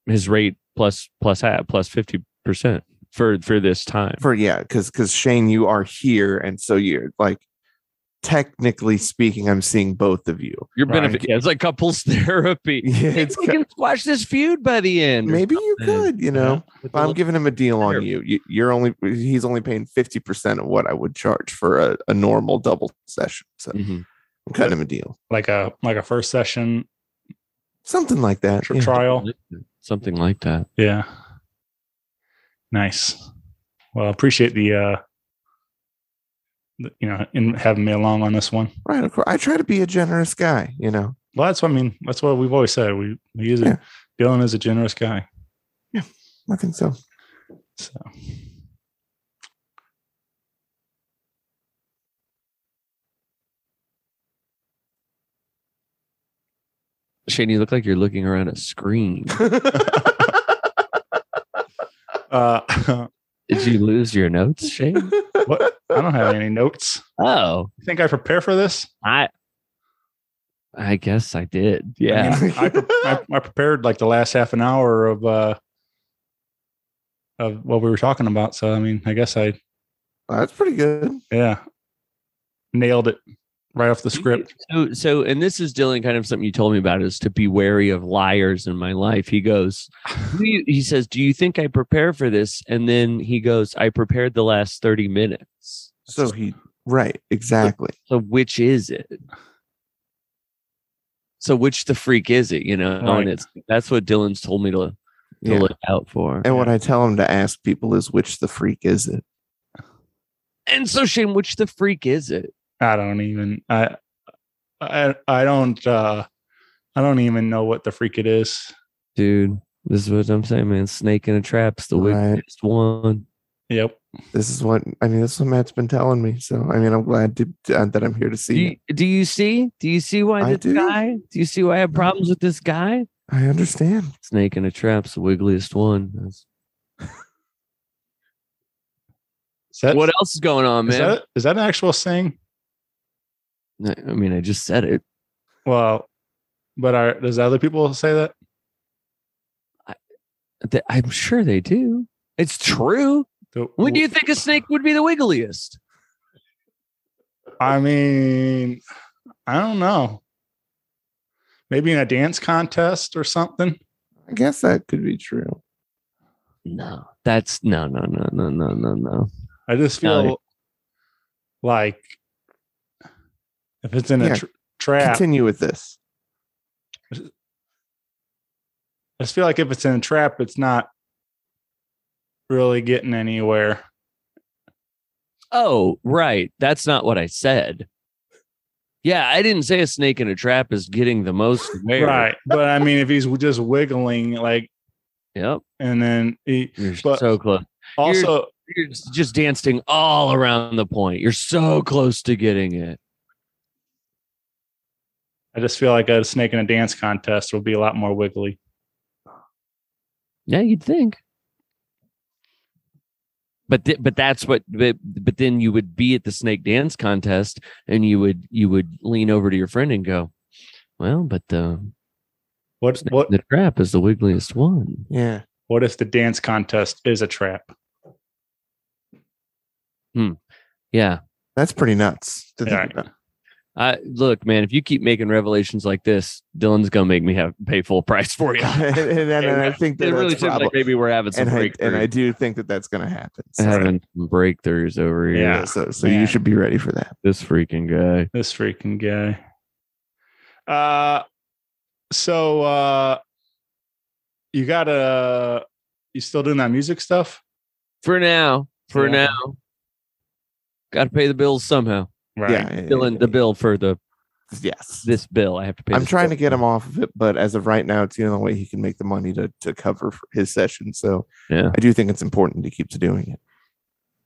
[SPEAKER 5] his rate plus plus half plus fifty percent for for this time.
[SPEAKER 6] for yeah because because shane you are here and so you're like technically speaking i'm seeing both of you
[SPEAKER 5] Your
[SPEAKER 1] Right.
[SPEAKER 5] benefit. Yeah, it's like couples therapy.
[SPEAKER 6] yeah
[SPEAKER 5] Maybe
[SPEAKER 6] it's
[SPEAKER 5] we
[SPEAKER 6] ki-
[SPEAKER 5] can squash this feud by the end. or
[SPEAKER 6] maybe you
[SPEAKER 5] something.
[SPEAKER 6] could you know
[SPEAKER 5] With a
[SPEAKER 6] i'm
[SPEAKER 5] little-
[SPEAKER 6] giving him a deal on
[SPEAKER 5] Sure.
[SPEAKER 6] you. you you're only he's only paying 50% of what i would charge for a, a normal double session so
[SPEAKER 5] Mhm.
[SPEAKER 6] i'm cutting him a deal
[SPEAKER 1] like a like a first session
[SPEAKER 6] something like that
[SPEAKER 1] tr-
[SPEAKER 6] yeah.
[SPEAKER 1] trial.
[SPEAKER 5] something like that.
[SPEAKER 1] Yeah. Nice. Well, I appreciate the uh the, you know, in having me along on this one.
[SPEAKER 6] right of course i try to be a generous guy you know
[SPEAKER 1] Well, that's what I mean. That's what we've always said. We he is a,
[SPEAKER 6] Yeah.
[SPEAKER 1] Dylan is a generous guy.
[SPEAKER 6] i think so
[SPEAKER 1] So
[SPEAKER 5] Shane, you look like you're looking around a screen.
[SPEAKER 1] uh
[SPEAKER 5] Did you lose your notes, Shane?
[SPEAKER 1] I don't have any notes.
[SPEAKER 5] Oh,
[SPEAKER 1] You think I prepare for this?
[SPEAKER 5] I I guess I did. Yeah.
[SPEAKER 1] I, mean, I, pre- I, I prepared like the last half an hour of uh of what we were talking about. So I mean, I guess I
[SPEAKER 6] That's pretty good.
[SPEAKER 1] yeah nailed it right off the script.
[SPEAKER 5] So, so, and this is Dylan, kind of something you told me about is to be wary of liars in my life. He goes, "Do you- he says, do you think I prepare for this? And then he goes, I prepared the last 30 minutes.
[SPEAKER 6] So he right, exactly.
[SPEAKER 5] So which is it? So which the freak is it? You know,
[SPEAKER 1] Right.
[SPEAKER 5] and it's that's what Dylan's told me to, to
[SPEAKER 6] Yeah.
[SPEAKER 5] look out for.
[SPEAKER 6] And what I tell him to ask people is which the freak is it?
[SPEAKER 5] And so Shane, which the freak is it?
[SPEAKER 1] I don't even I I I don't uh I don't even know what the freak it is.
[SPEAKER 5] Dude, this is what I'm saying, man. Snake in a trap's the
[SPEAKER 6] Right.
[SPEAKER 5] wickedest one.
[SPEAKER 1] Yep.
[SPEAKER 6] This is what I mean, this is what Matt's been telling me. So I mean I'm glad to, to- uh, that I'm here
[SPEAKER 5] Do
[SPEAKER 6] to see
[SPEAKER 5] you,
[SPEAKER 6] it.
[SPEAKER 5] do you see? Do Mm-hmm. you see why
[SPEAKER 6] I
[SPEAKER 5] this
[SPEAKER 6] do.
[SPEAKER 5] guy? Do you see why I have problems with this guy?
[SPEAKER 6] I understand.
[SPEAKER 5] Snake in a trap's the wiggliest one. That's-
[SPEAKER 1] Is that,
[SPEAKER 5] what else is going on,
[SPEAKER 1] is
[SPEAKER 5] man?
[SPEAKER 1] that is that an actual thing?
[SPEAKER 5] I mean, I just said it.
[SPEAKER 1] Well, but are does other people say that?
[SPEAKER 5] Th- I'm sure they do. It's true.
[SPEAKER 1] Do-
[SPEAKER 5] When do you think a snake would be the wiggliest?
[SPEAKER 1] I mean, I don't know. Maybe in a dance contest or something.
[SPEAKER 6] I guess that could be true.
[SPEAKER 5] No, that's no, no, no, no, no, no, no.
[SPEAKER 1] I just
[SPEAKER 5] No.
[SPEAKER 1] feel like if it's in
[SPEAKER 6] Yeah.
[SPEAKER 1] a tr- trap,
[SPEAKER 6] Continue with this.
[SPEAKER 1] I just feel like if it's in a trap, it's not really getting anywhere.
[SPEAKER 5] Oh, right. That's not what I said. Yeah, I didn't say a snake in a trap is getting the most wear.
[SPEAKER 1] Right. But I mean, if he's just wiggling, like,
[SPEAKER 5] Yep.
[SPEAKER 1] and then he
[SPEAKER 5] You're
[SPEAKER 1] But-
[SPEAKER 5] so close.
[SPEAKER 1] also,
[SPEAKER 5] You're just dancing all around the point. You're so close to getting it.
[SPEAKER 1] I just feel like a snake in a dance contest will be a lot more wiggly.
[SPEAKER 5] Yeah, you'd think. But th- but that's what but, but then you would be at the snake dance contest and you would you would lean over to your friend and go, well, but um, the
[SPEAKER 1] What,
[SPEAKER 5] snake
[SPEAKER 1] what,
[SPEAKER 5] in the trap is the wiggliest one.
[SPEAKER 6] Yeah.
[SPEAKER 1] what if the dance contest is a trap?
[SPEAKER 5] Yeah.
[SPEAKER 6] That's pretty nuts to think
[SPEAKER 1] Alright.
[SPEAKER 6] about.
[SPEAKER 5] I look, man, if you keep making revelations like this, Dylan's gonna make me have pay full price for you.
[SPEAKER 6] and, and- and I think that
[SPEAKER 5] it really
[SPEAKER 6] that's
[SPEAKER 5] seems like
[SPEAKER 6] probably-
[SPEAKER 5] maybe we're having some
[SPEAKER 6] and I,
[SPEAKER 5] breakthroughs.
[SPEAKER 6] and I do think that that's going to happen. So,
[SPEAKER 5] having some breakthroughs over here.
[SPEAKER 1] Yeah.
[SPEAKER 6] yeah, so, so
[SPEAKER 1] Man.
[SPEAKER 6] you should be ready for that.
[SPEAKER 5] This freaking guy.
[SPEAKER 1] This freaking guy. Uh, so, uh, you gotta, you still doing that music stuff?
[SPEAKER 5] For now, for
[SPEAKER 1] Yeah.
[SPEAKER 5] now. Gotta pay the bills somehow.
[SPEAKER 1] Right.
[SPEAKER 6] Yeah,
[SPEAKER 5] Dylan, the bill for the
[SPEAKER 6] Yes.
[SPEAKER 5] this bill. I have to pay.
[SPEAKER 6] I'm
[SPEAKER 5] this
[SPEAKER 6] trying to
[SPEAKER 5] bill.
[SPEAKER 6] get him off of it, but as of right now, it's the only way he can make the money to, to cover for his session. So
[SPEAKER 5] Yeah.
[SPEAKER 6] I do think it's important to keep to doing it.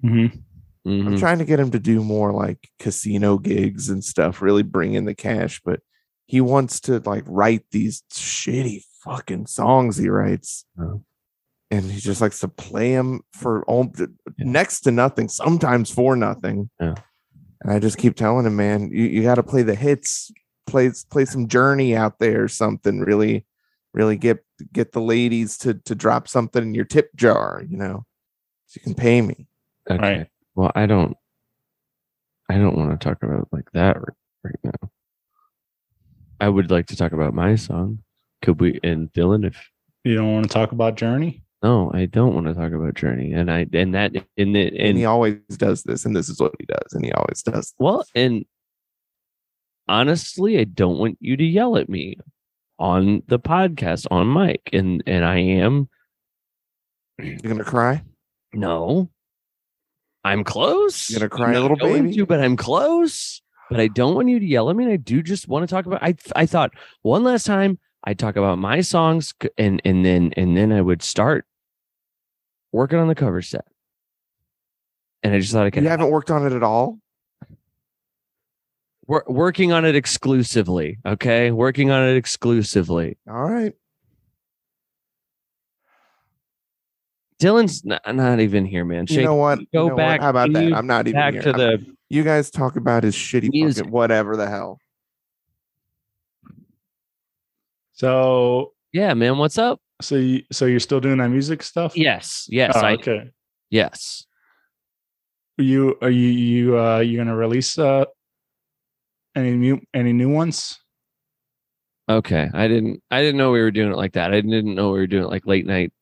[SPEAKER 1] Mm-hmm.
[SPEAKER 5] Mhm.
[SPEAKER 6] I'm trying to get him to do more like casino gigs and stuff, really bring in the cash, but he wants to like write these shitty fucking songs he writes.
[SPEAKER 5] Oh.
[SPEAKER 6] And he just likes to play them for all,
[SPEAKER 5] Yeah.
[SPEAKER 6] next to nothing, sometimes for nothing.
[SPEAKER 5] Yeah.
[SPEAKER 6] And I just keep telling him, man, you, you got to play the hits, play play some Journey out there or something. Really, really get get the ladies to to drop something in your tip jar, you know, so you can pay me.
[SPEAKER 5] Okay.
[SPEAKER 1] Right.
[SPEAKER 5] Well, I don't. I don't want to talk about it like that right, right now. I would like to talk about my song. Could we? And Dylan, if
[SPEAKER 1] You don't want to talk about Journey?
[SPEAKER 5] no, I don't want to talk about Journey. And I and that and the,
[SPEAKER 6] and he
[SPEAKER 5] and
[SPEAKER 6] always does this and this is what he does and he always does
[SPEAKER 5] well and honestly, I don't want you to yell at me on the podcast on mic. And and I am
[SPEAKER 6] you're gonna cry
[SPEAKER 5] No. I'm close.
[SPEAKER 6] You're gonna cry
[SPEAKER 5] I'm
[SPEAKER 6] a little
[SPEAKER 5] not going
[SPEAKER 6] baby?
[SPEAKER 5] to, but I'm close. But I don't want you to yell at me. And I do just want to talk about. I I thought one last time I'd talk about my songs, c- and and then and then I would start working on the cover set. And I just thought I could
[SPEAKER 6] you haven't worked on it at all
[SPEAKER 5] wor- working on it exclusively. Okay, working on it exclusively.
[SPEAKER 6] all right
[SPEAKER 5] Dylan's not, not even here, man.
[SPEAKER 6] you
[SPEAKER 5] Shake-
[SPEAKER 6] know what You
[SPEAKER 5] go
[SPEAKER 6] know what?
[SPEAKER 5] back-
[SPEAKER 6] how about
[SPEAKER 5] can
[SPEAKER 6] that
[SPEAKER 5] you
[SPEAKER 6] i'm not even
[SPEAKER 5] back
[SPEAKER 6] here.
[SPEAKER 5] to
[SPEAKER 6] I'm-
[SPEAKER 5] the
[SPEAKER 6] you guys talk about his shitty
[SPEAKER 5] Music.
[SPEAKER 6] fucking whatever the hell
[SPEAKER 1] So,
[SPEAKER 5] Yeah, man. What's up?
[SPEAKER 1] so, you, so you're still doing that music stuff?
[SPEAKER 5] Yes. Yes.
[SPEAKER 1] Oh,
[SPEAKER 5] I,
[SPEAKER 1] okay.
[SPEAKER 5] yes.
[SPEAKER 1] You are you you uh you gonna release uh any new any new ones?
[SPEAKER 5] Okay. I didn't, I didn't know we were doing it like that. I didn't know we were doing it like late night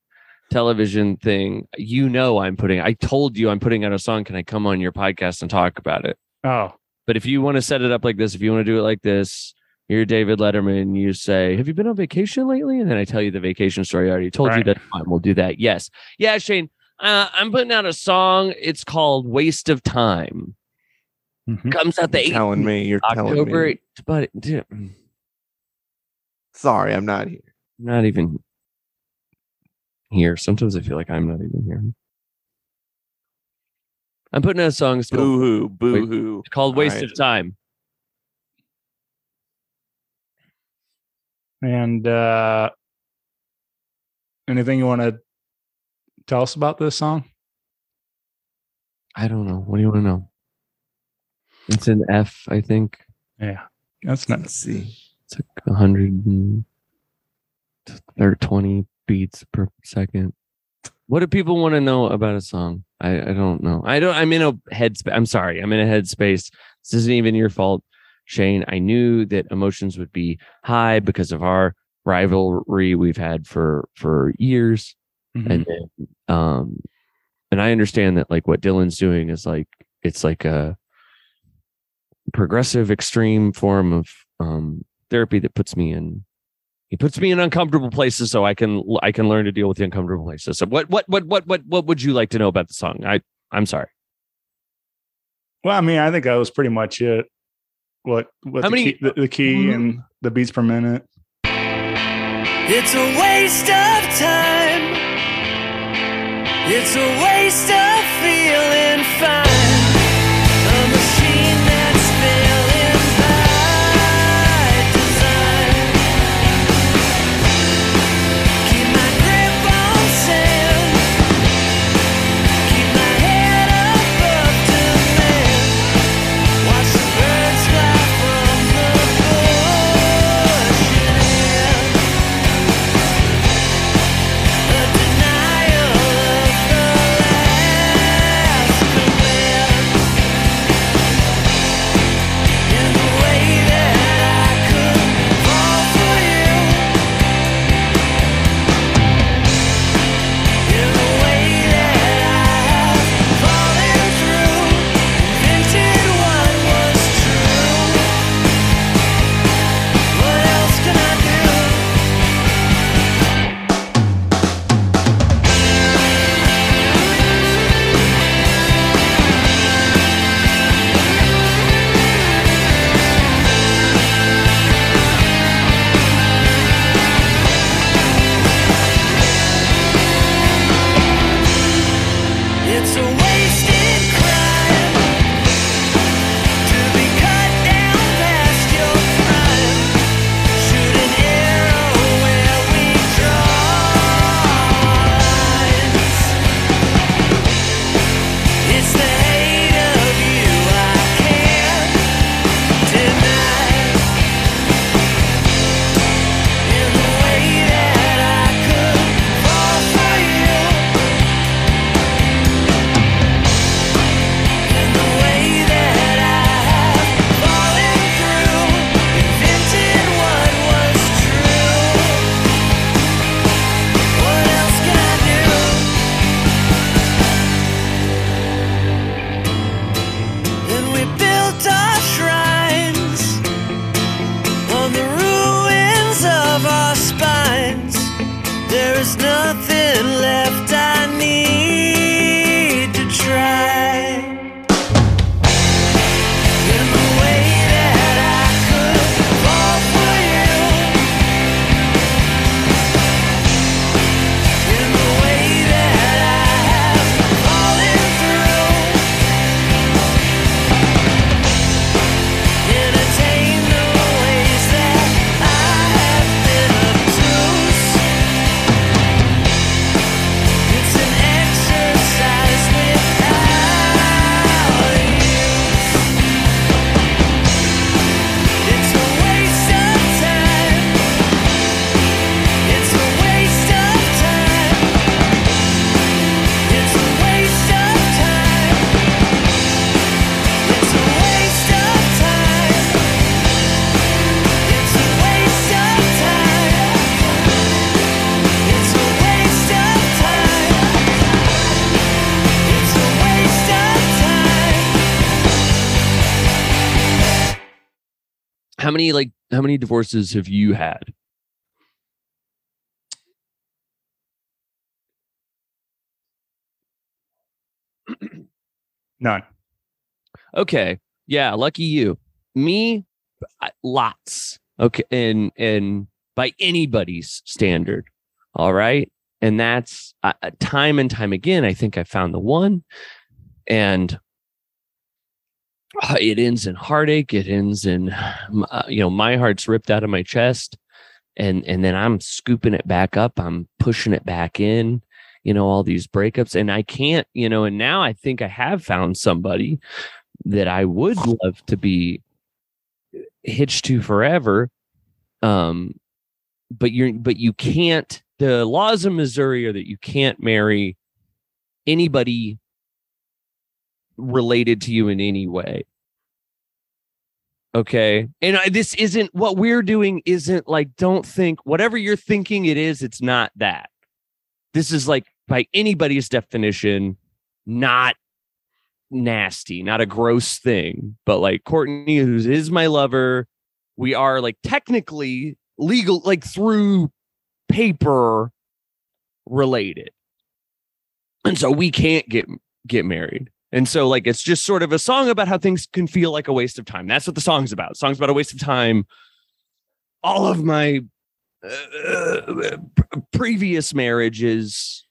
[SPEAKER 5] television thing. You know, I'm putting, I told you I'm putting out a song. Can I come on your podcast and talk about it?
[SPEAKER 1] Oh,
[SPEAKER 5] But if you want to set it up like this, if you want to do it like this, you're David Letterman. You say, "Have you been on vacation lately?" And then I tell you the vacation story. I already told you
[SPEAKER 1] Right.
[SPEAKER 5] that. Fine, we'll do that. Yes, yeah, Shane. Uh, I'm putting out a song. It's called "Waste of Time."
[SPEAKER 1] Mhm.
[SPEAKER 5] Comes out the
[SPEAKER 6] You're
[SPEAKER 5] 8th
[SPEAKER 6] telling me. You're
[SPEAKER 5] October.
[SPEAKER 6] telling me.
[SPEAKER 5] 8th, But dude, I'm
[SPEAKER 6] Sorry, I'm not here.
[SPEAKER 5] not even here. Sometimes I feel like I'm not even here. I'm putting out a song. It's called,
[SPEAKER 6] Boo hoo, boo hoo.
[SPEAKER 5] it's called "Waste
[SPEAKER 6] All right.
[SPEAKER 5] of Time."
[SPEAKER 1] and uh anything you want to tell us about this song?
[SPEAKER 5] I don't know. What do you want to know? It's an F, I think.
[SPEAKER 1] Yeah, that's not
[SPEAKER 6] Let's see.
[SPEAKER 5] It's like 120 beats per second. What do people want to know about a song? I, I don't know. I don't. I'm in a headspace. I'm sorry. I'm in a headspace. This isn't even your fault, Shane. I knew that emotions would be high because of our rivalry we've had for for years
[SPEAKER 1] Mhm.
[SPEAKER 5] and then, um and i understand that like what dylan's doing is like it's like a progressive extreme form of um therapy that puts me in he puts me in uncomfortable places so i can i can learn to deal with the uncomfortable places so what what what what what what would you like to know about the song i i'm sorry
[SPEAKER 1] Well, I mean, I think that was pretty much it. What what
[SPEAKER 5] How
[SPEAKER 1] the,
[SPEAKER 5] many- Mm-hmm.
[SPEAKER 1] key, the, the key and the beats per minute?
[SPEAKER 8] It's a waste of time. It's a waste of feeling fine. A machine that's failing by design. Keep my grip on sand. Keep my head above demand. Watch the birds fly from the bush. A denial of the last command In the way that I could fall for you In the way that I have fallen through Invented what was true What else can I do? It's a wasted crime to be cut down past your prime. Shoot an arrow where we draw lines. It's the hate of you I can't deny. In the way that I could fall for you. In the way that I
[SPEAKER 5] how many like how many divorces have you had?
[SPEAKER 1] None.
[SPEAKER 5] Okay. Yeah, lucky you. Me I- lots. Okay, and and by anybody's standard. All right? And that's uh, uh, time and time again I think I found the one and uh, it ends in heartache, it ends in m- uh, you know, my heart's ripped out of my chest and and then I'm scooping it back up, I'm pushing it back in, you know, all these breakups and I can't, you know, and now I think I have found somebody that I would love to be hitched to forever. Um, but you're but you can't. The laws of Missouri are that you can't marry anybody related to you in any way. Okay, and I, this isn't what we're doing. Isn't like don't think whatever you're thinking it is. It's not that. This is like by anybody's definition, not nasty, not a gross thing, but like Courtney, who is my lover, we are like technically legal, like through paper related. And so we can't get get married. And so like it's just sort of a song about how things can feel like a waste of time. That's what the song's about. The song's about a waste of time. All of my uh, p- previous marriages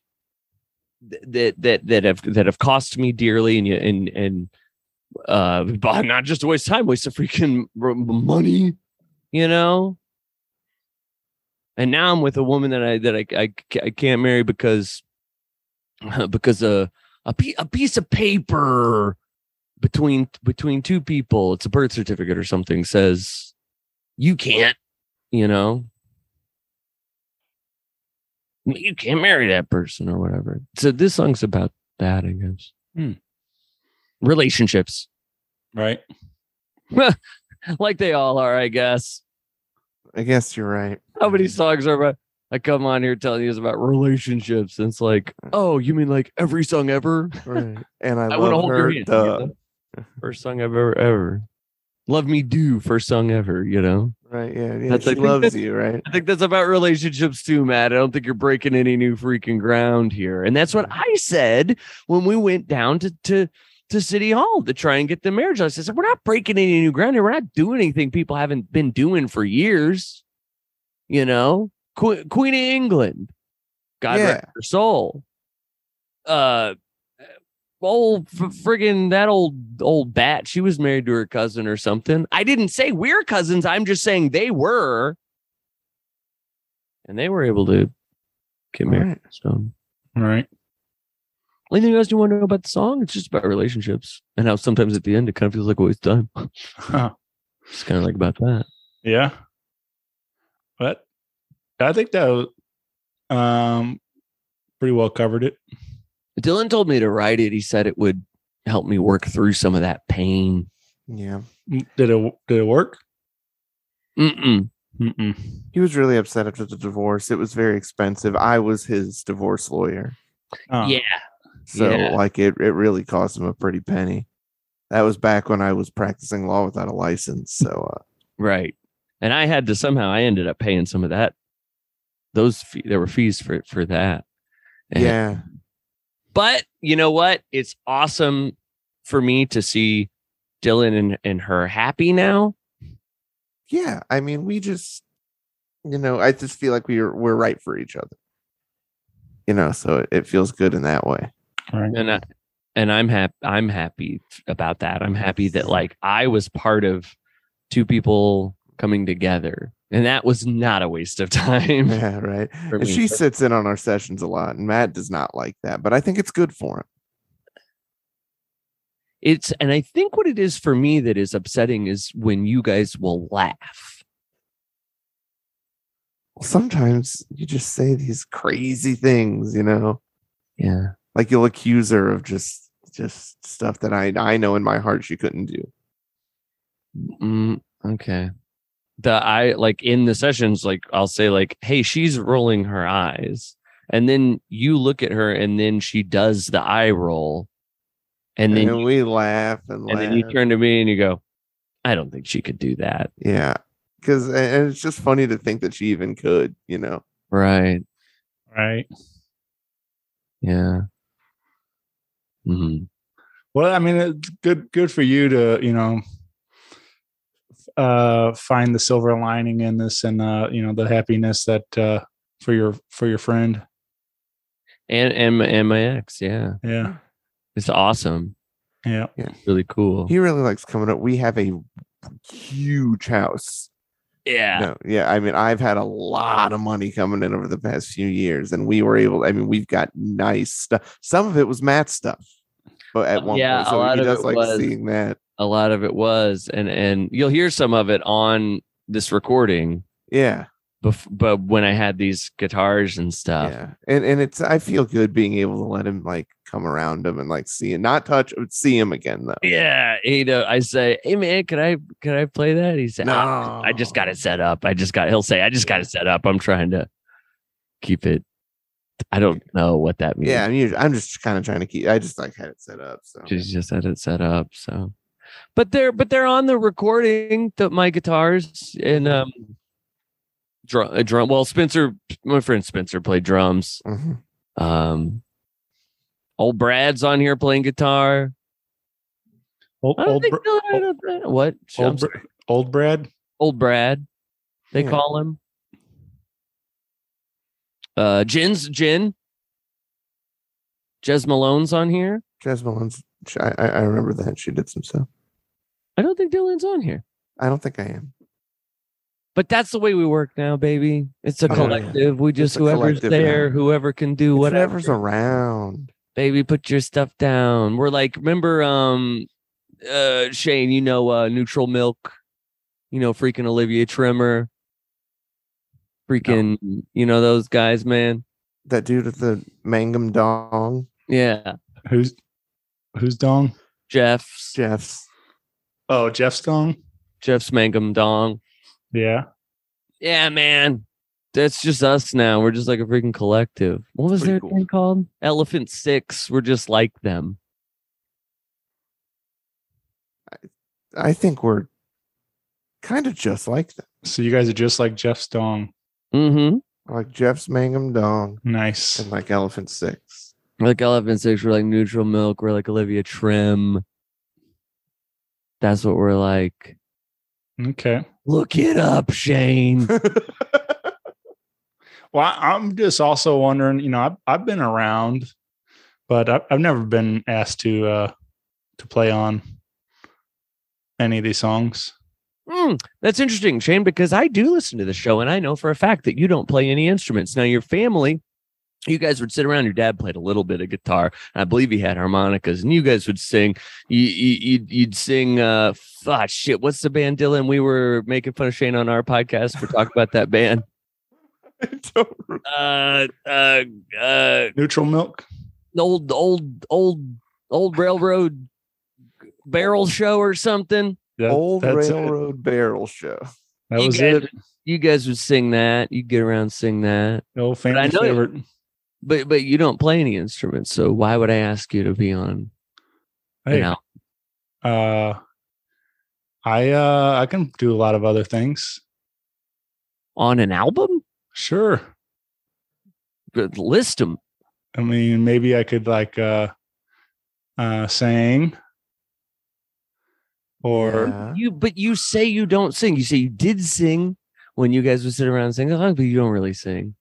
[SPEAKER 5] th- that that that have that have cost me dearly and you- and and uh but not just a waste of time waste of freaking r- money you know and now i'm with a woman that i that i i, ca- I can't marry because because a a, pe- a piece of paper between between two people it's a birth certificate or something says you can't you know you can't marry that person or whatever. So this song's about that, I guess.
[SPEAKER 1] Hmm.
[SPEAKER 5] Relationships,
[SPEAKER 1] Right.
[SPEAKER 5] like they all are, I guess.
[SPEAKER 6] I guess you're right.
[SPEAKER 5] How many songs are about? I come on here telling you it's about relationships, and it's like, oh, you mean like every song ever?
[SPEAKER 6] Right. And I,
[SPEAKER 5] I want to
[SPEAKER 6] love
[SPEAKER 5] hold your
[SPEAKER 6] her.
[SPEAKER 5] hand.
[SPEAKER 6] duh.
[SPEAKER 5] First song I've ever ever. Love me do first song ever. You know.
[SPEAKER 6] Right. Yeah. yeah
[SPEAKER 5] That's- I
[SPEAKER 6] she
[SPEAKER 5] think
[SPEAKER 6] loves
[SPEAKER 5] that's-
[SPEAKER 6] you, right?
[SPEAKER 5] I think that's about relationships too, Matt. I don't think you're breaking any new freaking ground here. And that's what I said when we went down to to to City Hall to try and get the marriage license. I said, We're not breaking any new ground here. We're not doing anything people haven't been doing for years. You know, Queen, Queen of England, God
[SPEAKER 6] Yeah.
[SPEAKER 5] rest her soul. Uh, old Oh, fr- friggin' that old old bat. She was married to her cousin or something. I didn't say we're cousins. I'm just saying they were, and they were able to get
[SPEAKER 6] All
[SPEAKER 5] married.
[SPEAKER 6] right.
[SPEAKER 5] So.
[SPEAKER 1] Right.
[SPEAKER 5] Anything else you want to know about the song? It's just about relationships and how sometimes at the end it kind of feels like a waste of time.
[SPEAKER 1] Huh.
[SPEAKER 5] It's kind of like about that.
[SPEAKER 1] Yeah. But I think that was, um pretty well covered it.
[SPEAKER 5] Dylan told me to write it. He said it would help me work through some of that pain.
[SPEAKER 6] Yeah.
[SPEAKER 1] M- Mm, Did it did it work?
[SPEAKER 5] Mm-mm.
[SPEAKER 1] Mm-mm.
[SPEAKER 6] He was really upset after the divorce. It was very expensive. I was his divorce lawyer.
[SPEAKER 1] Oh,
[SPEAKER 5] Yeah.
[SPEAKER 6] So
[SPEAKER 5] Yeah.
[SPEAKER 6] like it, it really cost him a pretty penny. That was back when I was practicing law without a license. So uh,
[SPEAKER 5] Right. And I had to somehow, I ended up paying some of that. Those fee, there were fees for, for that. And-
[SPEAKER 6] yeah,
[SPEAKER 5] But you know what? It's awesome for me to see Dylan and, and her happy now.
[SPEAKER 6] yeah. I mean, we just, you know, I just feel like we're we're right for each other. You know, so it, it feels good in that way.
[SPEAKER 5] and I, and I'm happy. I'm happy about that. I'm happy that like I was part of two people coming together, and that was not a waste of time.
[SPEAKER 6] Yeah, right.
[SPEAKER 5] For
[SPEAKER 6] And
[SPEAKER 5] me.
[SPEAKER 6] she sits in on our sessions a lot, and Matt does not like that, but I think it's good for him.
[SPEAKER 5] It's and I think what it is for me that is upsetting is when you guys will laugh.
[SPEAKER 6] Sometimes you just say these crazy things, you know,
[SPEAKER 5] Yeah.
[SPEAKER 6] like you'll accuse her of just just stuff that I I know in my heart she couldn't do.
[SPEAKER 5] Mm, okay. The I like in the sessions, like I'll say like, "Hey, she's rolling her eyes," and then you look at her, and then she does the eye roll, and
[SPEAKER 6] And,
[SPEAKER 5] then
[SPEAKER 6] then we laugh and,
[SPEAKER 5] and
[SPEAKER 6] laugh.
[SPEAKER 5] then you turn to me and you go, I don't think she could do that.
[SPEAKER 6] Yeah. Cause and it's just funny to think that she even could, you know.
[SPEAKER 5] Right.
[SPEAKER 1] Right.
[SPEAKER 5] Yeah. Mhm.
[SPEAKER 1] Well, I mean, it's good good for you to you know uh find the silver lining in this and uh you know the happiness that uh for your for your friend
[SPEAKER 5] And and my, and my ex, yeah,
[SPEAKER 1] yeah
[SPEAKER 5] it's awesome.
[SPEAKER 1] yeah
[SPEAKER 5] Really cool.
[SPEAKER 6] He really likes coming up. We have a huge house.
[SPEAKER 5] yeah.
[SPEAKER 6] No, yeah. I mean, I've had a lot of money coming in over the past few years, and we were able. I mean, we've got nice stuff. Some of it was Matt's stuff, but at one
[SPEAKER 5] Yeah,
[SPEAKER 6] point,
[SPEAKER 5] a
[SPEAKER 6] so
[SPEAKER 5] lot
[SPEAKER 6] he
[SPEAKER 5] of
[SPEAKER 6] does
[SPEAKER 5] it
[SPEAKER 6] like
[SPEAKER 5] was-
[SPEAKER 6] seeing that.
[SPEAKER 5] A lot of it was and and you'll hear some of it on this recording
[SPEAKER 6] Yeah,
[SPEAKER 5] bef- but when I had these guitars and stuff.
[SPEAKER 6] yeah, and and it's. I feel good being able to let him like come around him and like see and not touch, but see him again though.
[SPEAKER 5] Yeah, you know, I say, "Hey man, can I can I play that?" He said, "Ah, "I just
[SPEAKER 6] No.
[SPEAKER 5] got it set up. I just got." He'll say, "I just got it set up. I'm trying to keep it." I don't know what that means.
[SPEAKER 6] Yeah, I'm, usually, I'm just kind of trying to keep. I just like had it set up. So
[SPEAKER 5] she's just had it set up. So, but they're but they're on the recording that my guitars and um
[SPEAKER 6] Mm-hmm.
[SPEAKER 5] drum uh, drum. Well, Spencer, my friend Spencer played drums.
[SPEAKER 6] Mhm.
[SPEAKER 5] Um, old Brad's on here playing guitar.
[SPEAKER 1] old
[SPEAKER 5] I don't
[SPEAKER 1] old,
[SPEAKER 5] think
[SPEAKER 1] Br-
[SPEAKER 5] no, I don't- I don't- what I'm
[SPEAKER 1] old, Br- old brad
[SPEAKER 5] old Brad, they
[SPEAKER 6] Yeah.
[SPEAKER 5] call him. Uh, Jin's Jin. Jez Malone's on here.
[SPEAKER 6] Jasmine's. she- I I I remember that she did some stuff.
[SPEAKER 5] I don't think Dylan's on here,
[SPEAKER 6] I don't think I am.
[SPEAKER 5] but that's the way we work now, baby. It's a
[SPEAKER 6] Oh, yeah.
[SPEAKER 5] collective. We just
[SPEAKER 6] a
[SPEAKER 5] whoever's
[SPEAKER 6] collective
[SPEAKER 5] there,
[SPEAKER 6] now.
[SPEAKER 5] whoever can do
[SPEAKER 6] It's
[SPEAKER 5] whatever.
[SPEAKER 6] Whatever's around.
[SPEAKER 5] Baby, put your stuff down. We're like, remember, um, uh, Shane, you know, uh, Neutral Milk, you know, freaking Olivia Trimmer, freaking, you know, those guys, man.
[SPEAKER 6] That dude with the mangum dong.
[SPEAKER 5] Yeah,
[SPEAKER 1] who's who's dong
[SPEAKER 5] Jeff's.
[SPEAKER 6] Jeff's.
[SPEAKER 1] oh jeff's dong
[SPEAKER 5] Jeff's Mangum Dong.
[SPEAKER 1] yeah
[SPEAKER 5] Yeah, man. That's just us now. We're just like a freaking collective. What was
[SPEAKER 6] pretty
[SPEAKER 5] their
[SPEAKER 6] cool.
[SPEAKER 5] thing called? Elephant Six. We're just like them.
[SPEAKER 6] I think we're kind of just like them.
[SPEAKER 1] so you guys are just like jeff's dong
[SPEAKER 5] Mm-hmm.
[SPEAKER 6] Like Jeff's Mangum Dong
[SPEAKER 1] nice
[SPEAKER 6] and like Elephant Six.
[SPEAKER 5] Like Elephant Six, we're like Neutral Milk. We're like Olivia Trim. That's what we're like.
[SPEAKER 1] okay
[SPEAKER 5] Look it up, Shane.
[SPEAKER 1] Well, I- I'm just also wondering, you know, I've, I've been around, but I've, I've never been asked to uh, to play on any of these songs.
[SPEAKER 5] Mm, that's interesting, Shane, because I do listen to the show and I know for a fact that you don't play any instruments. Now, your family, you guys would sit around. Your dad played a little bit of guitar. I believe he had harmonicas, and you guys would sing. You, you, you'd, you'd sing, uh, ah, shit, what's the band, Dylan? We were making fun of Shane on our podcast for talking about that band.
[SPEAKER 6] I don't remember.
[SPEAKER 5] Uh, uh, uh,
[SPEAKER 1] Neutral Milk.
[SPEAKER 5] old, old, old, old railroad barrel show or something.
[SPEAKER 1] That-
[SPEAKER 6] Old
[SPEAKER 1] that's it.
[SPEAKER 6] Railroad Barrel Show.
[SPEAKER 1] That
[SPEAKER 5] You
[SPEAKER 1] was
[SPEAKER 5] guys-
[SPEAKER 1] it.
[SPEAKER 5] You guys would sing that. You'd get around sing that.
[SPEAKER 1] The old
[SPEAKER 5] I
[SPEAKER 1] family
[SPEAKER 5] know it.
[SPEAKER 1] favorite.
[SPEAKER 5] but but you don't play any instruments, so why would I ask you to be on?
[SPEAKER 1] Hey,
[SPEAKER 5] You know,
[SPEAKER 1] uh, I uh, I can do a lot of other things.
[SPEAKER 5] on an album?
[SPEAKER 1] Sure.
[SPEAKER 5] Good, List them.
[SPEAKER 1] I mean, maybe I could like uh, uh, sing or
[SPEAKER 6] Yeah.
[SPEAKER 5] You but you say you don't sing. You say you did sing when you guys would sit around and sing along, but you don't really sing.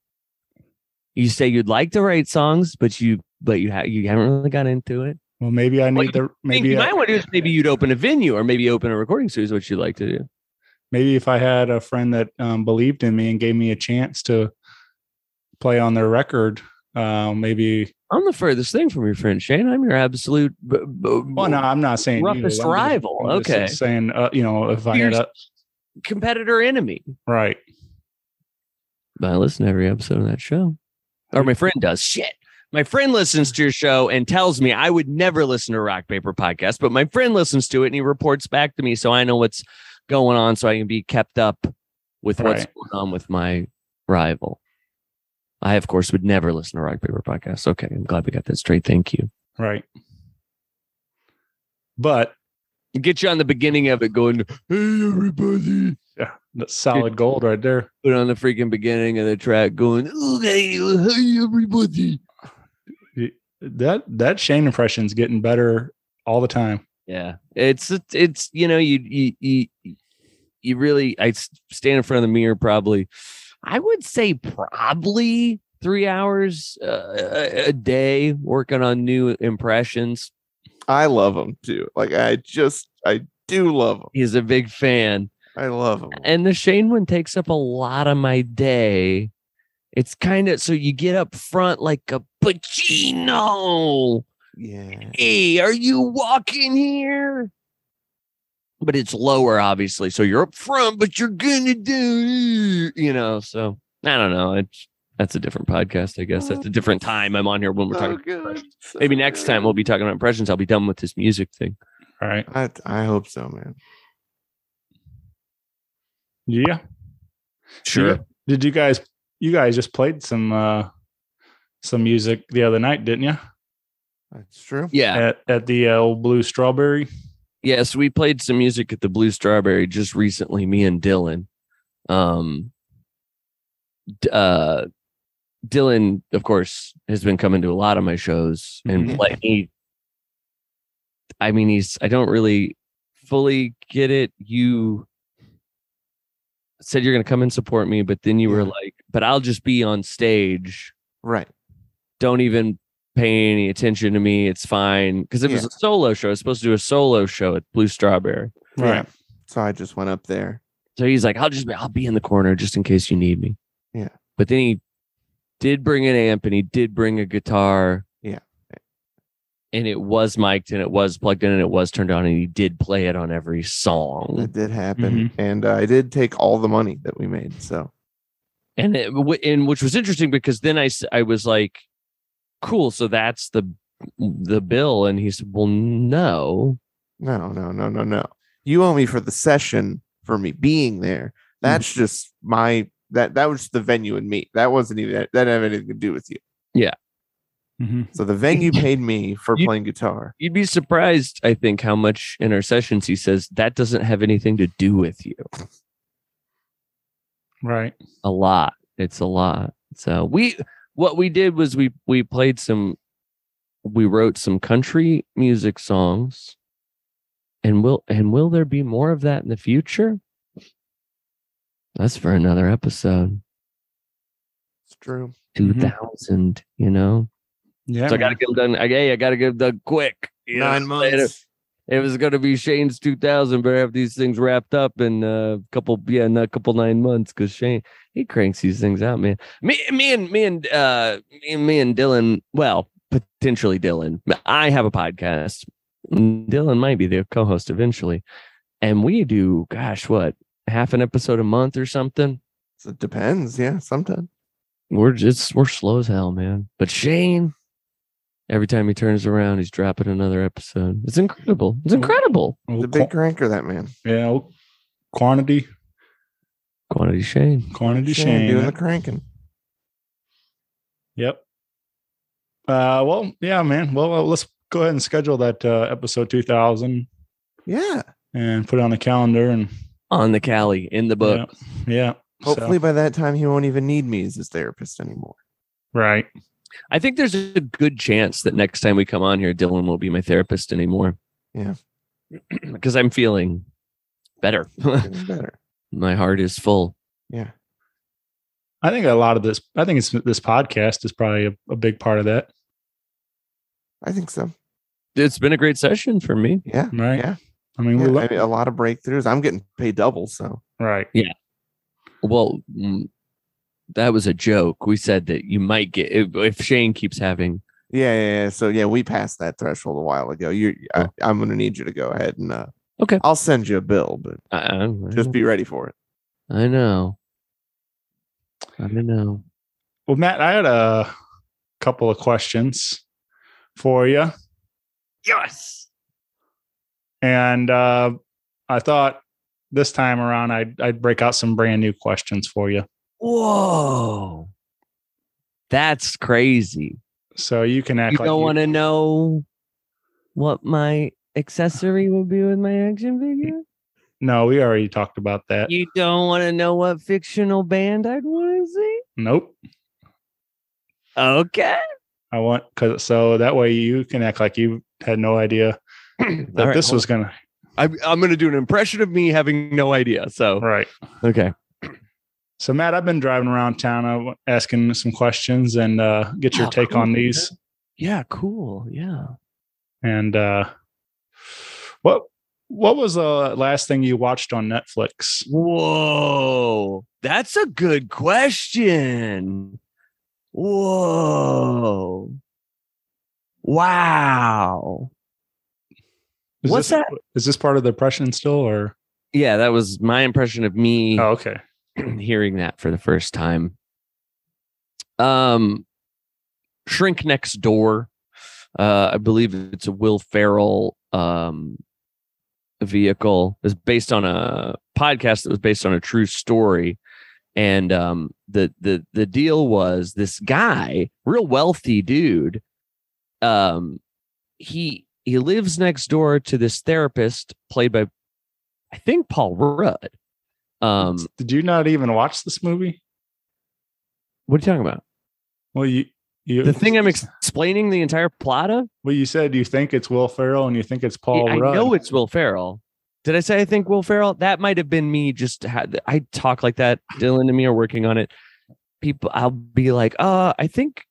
[SPEAKER 5] You say you'd like to write songs, but you but you ha- you haven't really got into it.
[SPEAKER 1] well, maybe I
[SPEAKER 5] Well,
[SPEAKER 1] need the
[SPEAKER 5] Maybe
[SPEAKER 1] maybe
[SPEAKER 5] you
[SPEAKER 1] I-
[SPEAKER 5] might want to do is maybe you'd open a venue or maybe open a recording studio. Is what you'd like to do.
[SPEAKER 1] maybe if I had a friend that um, believed in me and gave me a chance to play on their record, uh, maybe.
[SPEAKER 5] I'm the furthest thing from your friend Shane. I'm your absolute. B- b-
[SPEAKER 1] Well, no, I'm not saying you.
[SPEAKER 5] Roughest
[SPEAKER 1] I'm just-
[SPEAKER 5] rival,
[SPEAKER 1] I'm just
[SPEAKER 5] okay.
[SPEAKER 1] saying uh, you know if I had
[SPEAKER 5] Here's-
[SPEAKER 1] a
[SPEAKER 5] competitor enemy.
[SPEAKER 1] right.
[SPEAKER 5] But I listen to every episode of that show. Or my friend does. Shit. My friend listens to your show and tells me I would never listen to a rock paper podcast, but my friend listens to it and he reports back to me so I know what's going on so I can be kept up with what's
[SPEAKER 1] Right.
[SPEAKER 5] going on with my rival. I, of course, would never listen to rock paper podcast. Okay. I'm glad we got that straight. Thank you.
[SPEAKER 1] Right. But
[SPEAKER 5] Get you on the beginning of it going, hey, everybody.
[SPEAKER 1] Yeah, that's solid gold right there.
[SPEAKER 5] Put on the freaking beginning of the track going, okay, hey, everybody.
[SPEAKER 1] That that Shane impression's getting better all the time.
[SPEAKER 5] Yeah. It's, it's- it's, you know, you, you, you, you really, I s- stand in front of the mirror probably, I would say probably three hours uh, a- a day working on new impressions.
[SPEAKER 6] I love him too. Like I just, I do love him.
[SPEAKER 5] He's a big fan.
[SPEAKER 6] I love him.
[SPEAKER 5] and the Shane one takes up a lot of my day. It's kind of so you get up front like a Pacino.
[SPEAKER 6] Yeah.
[SPEAKER 5] Hey, are you walking here? But it's lower, obviously. So you're up front, but you're gonna do, you know. So I don't know. It's that's a different podcast, I guess. That's a different time. I'm on here when we're
[SPEAKER 6] So
[SPEAKER 5] talking.
[SPEAKER 6] good. so
[SPEAKER 5] Maybe next time
[SPEAKER 6] good.
[SPEAKER 5] we'll be talking about impressions. I'll be done with this music thing.
[SPEAKER 1] All right.
[SPEAKER 6] I, I hope so, man.
[SPEAKER 1] Yeah. Yeah. Did you guys you guys just played some uh some music the other night, didn't you?
[SPEAKER 6] That's true.
[SPEAKER 5] Yeah.
[SPEAKER 1] At at the uh, old Blue Strawberry.
[SPEAKER 5] Yes, we played some music at the Blue Strawberry just recently, me and Dylan. Um d- uh Dylan, of course, has been coming to a lot of my shows and
[SPEAKER 6] Mm-hmm.
[SPEAKER 1] Mhm.
[SPEAKER 5] play he I mean he's I don't really fully get it. You said you're gonna come and support me, but then you were
[SPEAKER 6] Yeah.
[SPEAKER 5] like, but I'll just be on stage
[SPEAKER 6] Right.
[SPEAKER 5] don't even pay any attention to me. It's fine. Because it was
[SPEAKER 6] Yeah.
[SPEAKER 5] a solo show. I was supposed to do a solo show at Blue Strawberry.
[SPEAKER 1] Right.
[SPEAKER 6] So I just went up there.
[SPEAKER 5] So he's like, I'll just be, I'll be in the corner just in case you need me.
[SPEAKER 6] Yeah.
[SPEAKER 5] But then he did bring an amp and he did bring a guitar.
[SPEAKER 6] Yeah.
[SPEAKER 5] And it was mic'd and it was plugged in and it was turned on and he did play it on every song.
[SPEAKER 6] That did happen, and uh, I did take all the money that we made. So
[SPEAKER 5] And it, w- and which was interesting because then I s- I was like, cool. So that's the the bill. And he said, well, no,
[SPEAKER 6] no, no, no, no, no. You owe me for the session for me being there. That's just my that that was the venue and me. That wasn't even that didn't have anything to do with you.
[SPEAKER 1] Mhm.
[SPEAKER 6] So the venue paid me for
[SPEAKER 5] You-
[SPEAKER 6] playing guitar.
[SPEAKER 5] You'd be surprised, I think, how much in our sessions he says that doesn't have anything to do with you.
[SPEAKER 1] Right.
[SPEAKER 5] A lot. It's a lot. So we what we did was we we played some we wrote some country music songs. And will and will there be more of that in the future? That's for another episode.
[SPEAKER 6] It's true.
[SPEAKER 5] Two
[SPEAKER 1] Mhm.
[SPEAKER 5] thousand, you know.
[SPEAKER 1] Yeah.
[SPEAKER 5] So I gotta
[SPEAKER 1] man.
[SPEAKER 5] get them done. I, hey, I gotta get them done quick. you know,
[SPEAKER 6] Nine
[SPEAKER 5] later.
[SPEAKER 6] months.
[SPEAKER 5] It was going to be Shane's 2000, but have these things wrapped up in a couple, yeah, in a couple nine months. Because Shane, he cranks these things out, man. Me, me and me and uh, me, me and Dylan. Well, potentially Dylan. I have a podcast. Dylan might be the co-host eventually, and we do. Gosh, what half an episode a month or something?
[SPEAKER 6] So it depends. Yeah, sometimes.
[SPEAKER 5] We're just we're slow as hell, man. But Shane, every time he turns around, he's dropping another episode. It's incredible. It's incredible.
[SPEAKER 1] Old
[SPEAKER 6] The big
[SPEAKER 1] qua-
[SPEAKER 6] cranker, that man.
[SPEAKER 1] yeah, old quantity
[SPEAKER 5] Quantity Shane.
[SPEAKER 1] quantity
[SPEAKER 6] Shane
[SPEAKER 1] Shane.
[SPEAKER 6] doing the cranking.
[SPEAKER 1] Yep. Uh well, yeah, man. Well, uh, let's go ahead and schedule that uh episode 2000
[SPEAKER 6] Yeah.
[SPEAKER 1] and put it on the calendar and
[SPEAKER 5] on the Cali in the book.
[SPEAKER 1] Yeah. yeah. So-
[SPEAKER 6] Hopefully by that time he won't even need me as his therapist anymore.
[SPEAKER 1] right.
[SPEAKER 5] I think there's a good chance that next time we come on here, Dylan won't be my therapist anymore.
[SPEAKER 6] Yeah.
[SPEAKER 5] Because I'm feeling better.
[SPEAKER 6] It's better.
[SPEAKER 5] my heart is full.
[SPEAKER 6] Yeah.
[SPEAKER 1] I think a lot of this I think it's this podcast is probably a, a big part of that,
[SPEAKER 6] I think so.
[SPEAKER 5] It's been a great session for me.
[SPEAKER 6] Yeah.
[SPEAKER 1] right?
[SPEAKER 6] Yeah.
[SPEAKER 1] I mean,
[SPEAKER 6] yeah.
[SPEAKER 1] we
[SPEAKER 6] I
[SPEAKER 1] love
[SPEAKER 6] mean, a lot of breakthroughs. I'm getting paid double, so
[SPEAKER 1] right.
[SPEAKER 5] Well, mm, that was a joke. We said that you might get if, if Shane keeps having.
[SPEAKER 6] yeah, yeah, yeah. So yeah, we passed that threshold a while ago. You, I, I'm gonna need you to go ahead and uh,
[SPEAKER 5] Oh. Okay. Mm-hmm.
[SPEAKER 6] I'll send you a bill, but
[SPEAKER 5] I, I,
[SPEAKER 6] just be ready for it.
[SPEAKER 5] I know. I know.
[SPEAKER 1] Well, Matt, I had a couple of questions for you,
[SPEAKER 5] Yes.
[SPEAKER 1] and uh, I thought this time around I'd I'd break out some brand new questions for you,
[SPEAKER 5] Whoa. That's crazy.
[SPEAKER 1] so you can act
[SPEAKER 5] you
[SPEAKER 1] like
[SPEAKER 5] don't
[SPEAKER 1] you-
[SPEAKER 5] want to know what my accessory will be with my action figure?
[SPEAKER 1] No, we already talked about that.
[SPEAKER 5] You don't want to know what fictional band I'd want to see?
[SPEAKER 1] nope.
[SPEAKER 5] Okay.
[SPEAKER 1] I want because so that way you can act like you had no idea that
[SPEAKER 5] All right,
[SPEAKER 1] this
[SPEAKER 5] hold
[SPEAKER 1] was gonna
[SPEAKER 5] I, I'm going to do an impression of me having no idea. So,
[SPEAKER 1] right.
[SPEAKER 5] okay.
[SPEAKER 1] So Matt, I've been driving around town, I w- asking some questions and uh, get your
[SPEAKER 5] Oh,
[SPEAKER 1] take on
[SPEAKER 5] cool.
[SPEAKER 1] these.
[SPEAKER 5] Yeah, cool. Yeah.
[SPEAKER 1] And uh, what what was the last thing you watched on Netflix?
[SPEAKER 5] Whoa. That's a good question. Whoa. Wow.
[SPEAKER 1] Is
[SPEAKER 5] What's
[SPEAKER 1] this,
[SPEAKER 5] that?
[SPEAKER 1] Is this part of the impression still, or
[SPEAKER 5] Yeah, that was my impression of me
[SPEAKER 1] oh, okay?
[SPEAKER 5] hearing that for the first time. Um, Shrink Next Door. Uh, I believe it's a Will Ferrell um vehicle. It's based on a podcast that was based on a true story, and um the the the deal was this guy, real wealthy dude, um he he lives next door to this therapist played by I think Paul Rudd. Um,
[SPEAKER 1] Did you not even watch this movie?
[SPEAKER 5] what are you talking about?
[SPEAKER 1] Well, you you
[SPEAKER 5] The thing I'm ex- explaining the entire plot of?
[SPEAKER 1] well you said you think it's Will Ferrell and you think it's Paul
[SPEAKER 5] I
[SPEAKER 1] Rudd.
[SPEAKER 5] know it's Will Ferrell. Did I say I think Will Ferrell? That might have been me. Just ha- I talk like that. Dylan and me are working on it. People, I'll be like, uh, I think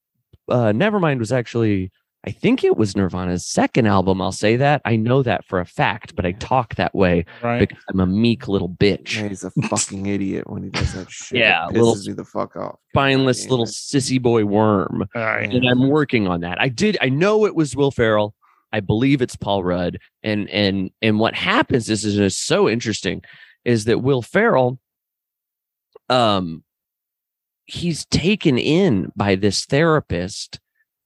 [SPEAKER 5] uh, Nevermind was actually, I think it was Nirvana's second album. I'll say that. I know that for a fact, but I talk that way
[SPEAKER 1] right.
[SPEAKER 5] because I'm a meek little bitch.
[SPEAKER 6] Man, he's a fucking idiot when he does that shit.
[SPEAKER 5] Yeah,
[SPEAKER 6] it pisses
[SPEAKER 5] little-
[SPEAKER 6] me the fuck off.
[SPEAKER 5] Spineless
[SPEAKER 6] Damn
[SPEAKER 5] little
[SPEAKER 6] it.
[SPEAKER 5] sissy boy worm.
[SPEAKER 1] All right.
[SPEAKER 5] and I'm working on that. I did. I know it was Will Ferrell. I believe it's Paul Rudd. And and and what happens? This is just so interesting. Is that Will Ferrell? Um, he's taken in by this therapist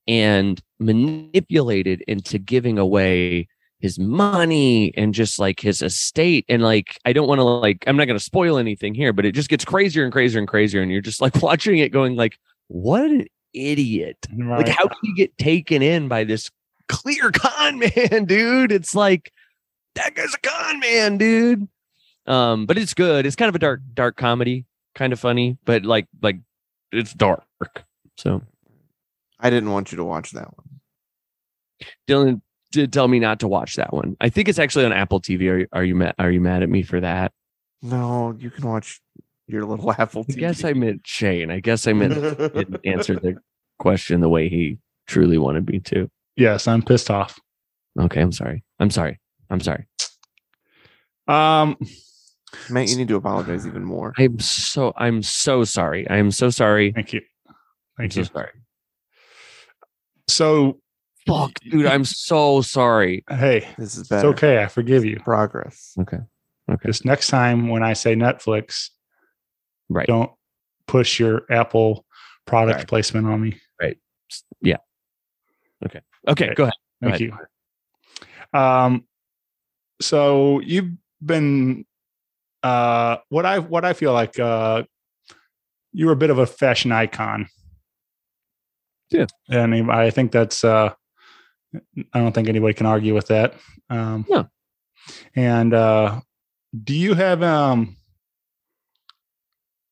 [SPEAKER 5] and manipulated into giving away his money and just like his estate and like I don't want to like I'm not going to spoil anything here but it just gets crazier and crazier and crazier and you're just like watching it going like what an idiot
[SPEAKER 1] right.
[SPEAKER 5] like, how can you get taken in by this clear con man, dude? It's like that guy's a con man, dude. Um, but it's good. It's kind of a dark, dark comedy, kind of funny, but like, like it's dark. So
[SPEAKER 6] I didn't want you to watch that one.
[SPEAKER 5] Dylan did tell me not to watch that one. I think it's actually on Apple TV. Are you, are you mad? Are you mad at me for that?
[SPEAKER 6] No, you can watch your little Apple
[SPEAKER 5] I
[SPEAKER 6] TV.
[SPEAKER 5] guess I meant Shane. I guess I meant didn't answer the question the way he truly wanted me to.
[SPEAKER 1] Yes, I'm pissed off.
[SPEAKER 5] Okay, I'm sorry. I'm sorry. I'm sorry.
[SPEAKER 1] Um,
[SPEAKER 6] Matt, you need to apologize even more.
[SPEAKER 5] I'm so I'm so sorry. I am so sorry.
[SPEAKER 1] thank you,
[SPEAKER 5] I'm
[SPEAKER 1] thank
[SPEAKER 5] so
[SPEAKER 1] you.
[SPEAKER 5] sorry.
[SPEAKER 1] So
[SPEAKER 5] Fuck, dude. I'm so sorry.
[SPEAKER 1] hey,
[SPEAKER 6] This is
[SPEAKER 1] it's
[SPEAKER 6] better.
[SPEAKER 1] okay. I forgive you.
[SPEAKER 6] Progress.
[SPEAKER 1] Just next time when I say Netflix,
[SPEAKER 5] Right.
[SPEAKER 1] don't push your Apple product
[SPEAKER 5] Right.
[SPEAKER 1] placement on me.
[SPEAKER 5] Yeah. Okay. Okay.
[SPEAKER 1] Okay.
[SPEAKER 5] Go ahead. Go
[SPEAKER 1] Thank you. Um, so you've been uh, what I what I feel like uh, you were a bit of a fashion icon.
[SPEAKER 5] Yeah.
[SPEAKER 1] and I think that's uh, I don't think anybody can argue with that. Um,
[SPEAKER 5] No.
[SPEAKER 1] And uh, do you have um?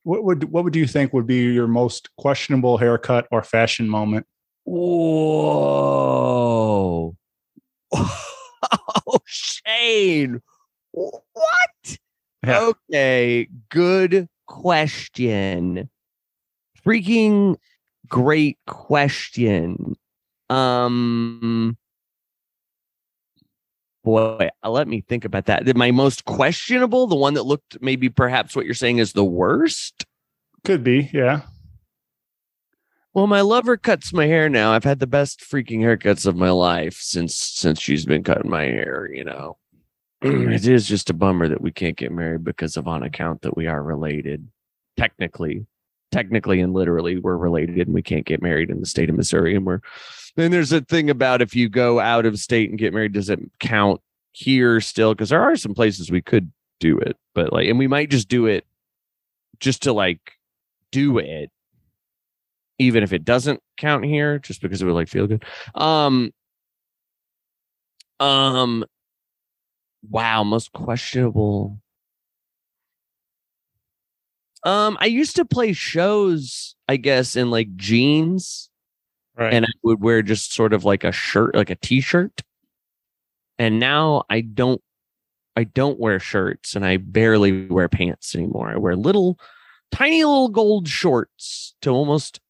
[SPEAKER 1] What would what would you think would be your most questionable haircut or fashion moment?
[SPEAKER 5] Whoa. Oh, Shane. What?
[SPEAKER 1] Yeah.
[SPEAKER 5] Okay. Good question. Freaking great question. Um boy, uh, let me think about that. My most questionable, the one that looked maybe perhaps what you're saying is the worst.
[SPEAKER 1] Could be, yeah.
[SPEAKER 5] Well, my lover cuts my hair now. I've had the best freaking haircuts of my life since since she's been cutting my hair, you know. it is just a bummer that we can't get married because of on account that we are related. Technically. Technically and literally we're related and we can't get married in the state of Missouri. And we're then there's a thing about if you go out of state and get married, does it count here still? Because there are some places we could do it, but like and we might just do it just to like do it even if it doesn't count here, just because it would like feel good. Um, um, Wow, most questionable. Um, I used to play shows, I guess, in like jeans,
[SPEAKER 1] Right.
[SPEAKER 5] and I would wear just sort of like a shirt, like a t-shirt. And now I don't I don't wear shirts and I barely wear pants anymore. I wear little tiny little gold shorts to almost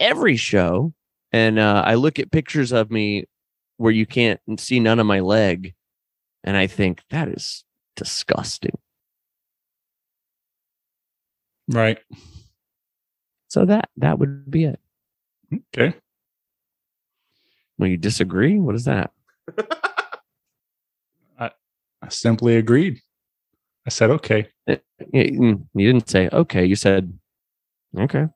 [SPEAKER 5] every show. And uh, I look at pictures of me where you can't see none of my leg and I think that is disgusting.
[SPEAKER 1] right.
[SPEAKER 5] So that that would be it.
[SPEAKER 1] Okay.
[SPEAKER 5] When you disagree, what is that?
[SPEAKER 1] I simply agreed. I said, okay.
[SPEAKER 5] Yeah, mm, You didn't say okay. You said okay.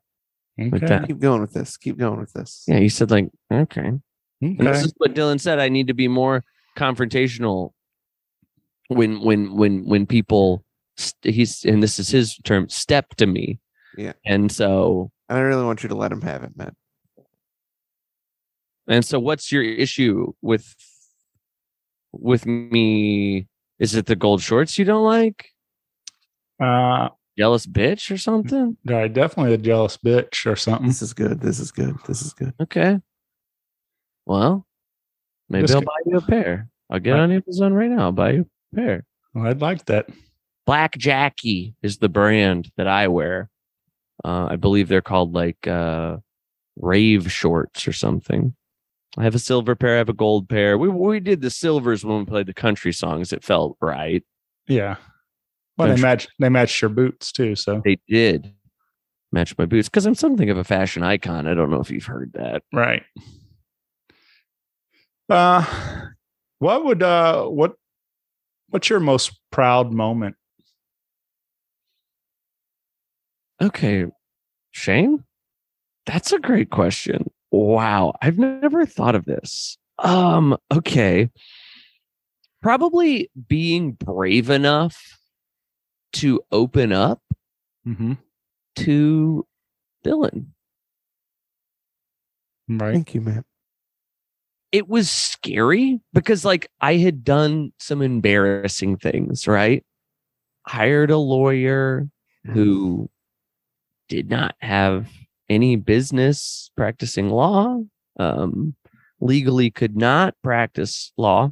[SPEAKER 1] Okay.
[SPEAKER 5] that.
[SPEAKER 6] Keep going with this. Keep going with this.
[SPEAKER 5] Yeah, you said like okay. And
[SPEAKER 1] okay.
[SPEAKER 5] this is what Dylan said. I need to be more confrontational when when when when people st- he's and this is his term step to me.
[SPEAKER 6] Yeah.
[SPEAKER 5] And so
[SPEAKER 6] And I really want you to let him have it, man.
[SPEAKER 5] And so what's your issue with with me? Is it the gold shorts you don't like?
[SPEAKER 1] Uh,
[SPEAKER 5] Jealous bitch or something?
[SPEAKER 1] I definitely a jealous bitch or
[SPEAKER 5] Mm.
[SPEAKER 1] something.
[SPEAKER 6] This is good. This is good. This is good.
[SPEAKER 5] Okay. Well, maybe
[SPEAKER 1] Just
[SPEAKER 5] I'll
[SPEAKER 1] get-
[SPEAKER 5] buy you a pair. I'll get on Amazon right now. I'll buy you a pair.
[SPEAKER 1] Well, I'd like that.
[SPEAKER 5] Black Jackie is the brand that I wear. Uh, I believe they're called like uh, rave shorts or something. I have a silver pair. I have a gold pair. We we did the silvers when we played the country songs. It felt right.
[SPEAKER 1] Yeah. Well,
[SPEAKER 5] I'm
[SPEAKER 1] they
[SPEAKER 5] sure-
[SPEAKER 1] match. They match your boots too. So
[SPEAKER 5] they did match my boots because I'm something of a fashion icon. I don't know if you've heard that.
[SPEAKER 1] right. Uh, what would uh what what's your most proud moment?
[SPEAKER 5] Okay, Shane, that's a great question. Wow, I've never thought of this. Um, okay, probably being brave enough to open up
[SPEAKER 1] Mm-hmm.
[SPEAKER 5] to Dylan.
[SPEAKER 1] Right.
[SPEAKER 6] Thank you, man.
[SPEAKER 5] It was scary because, like, I had done some embarrassing things, right? Hired a lawyer, who did not have any business practicing law, um, legally could not practice law,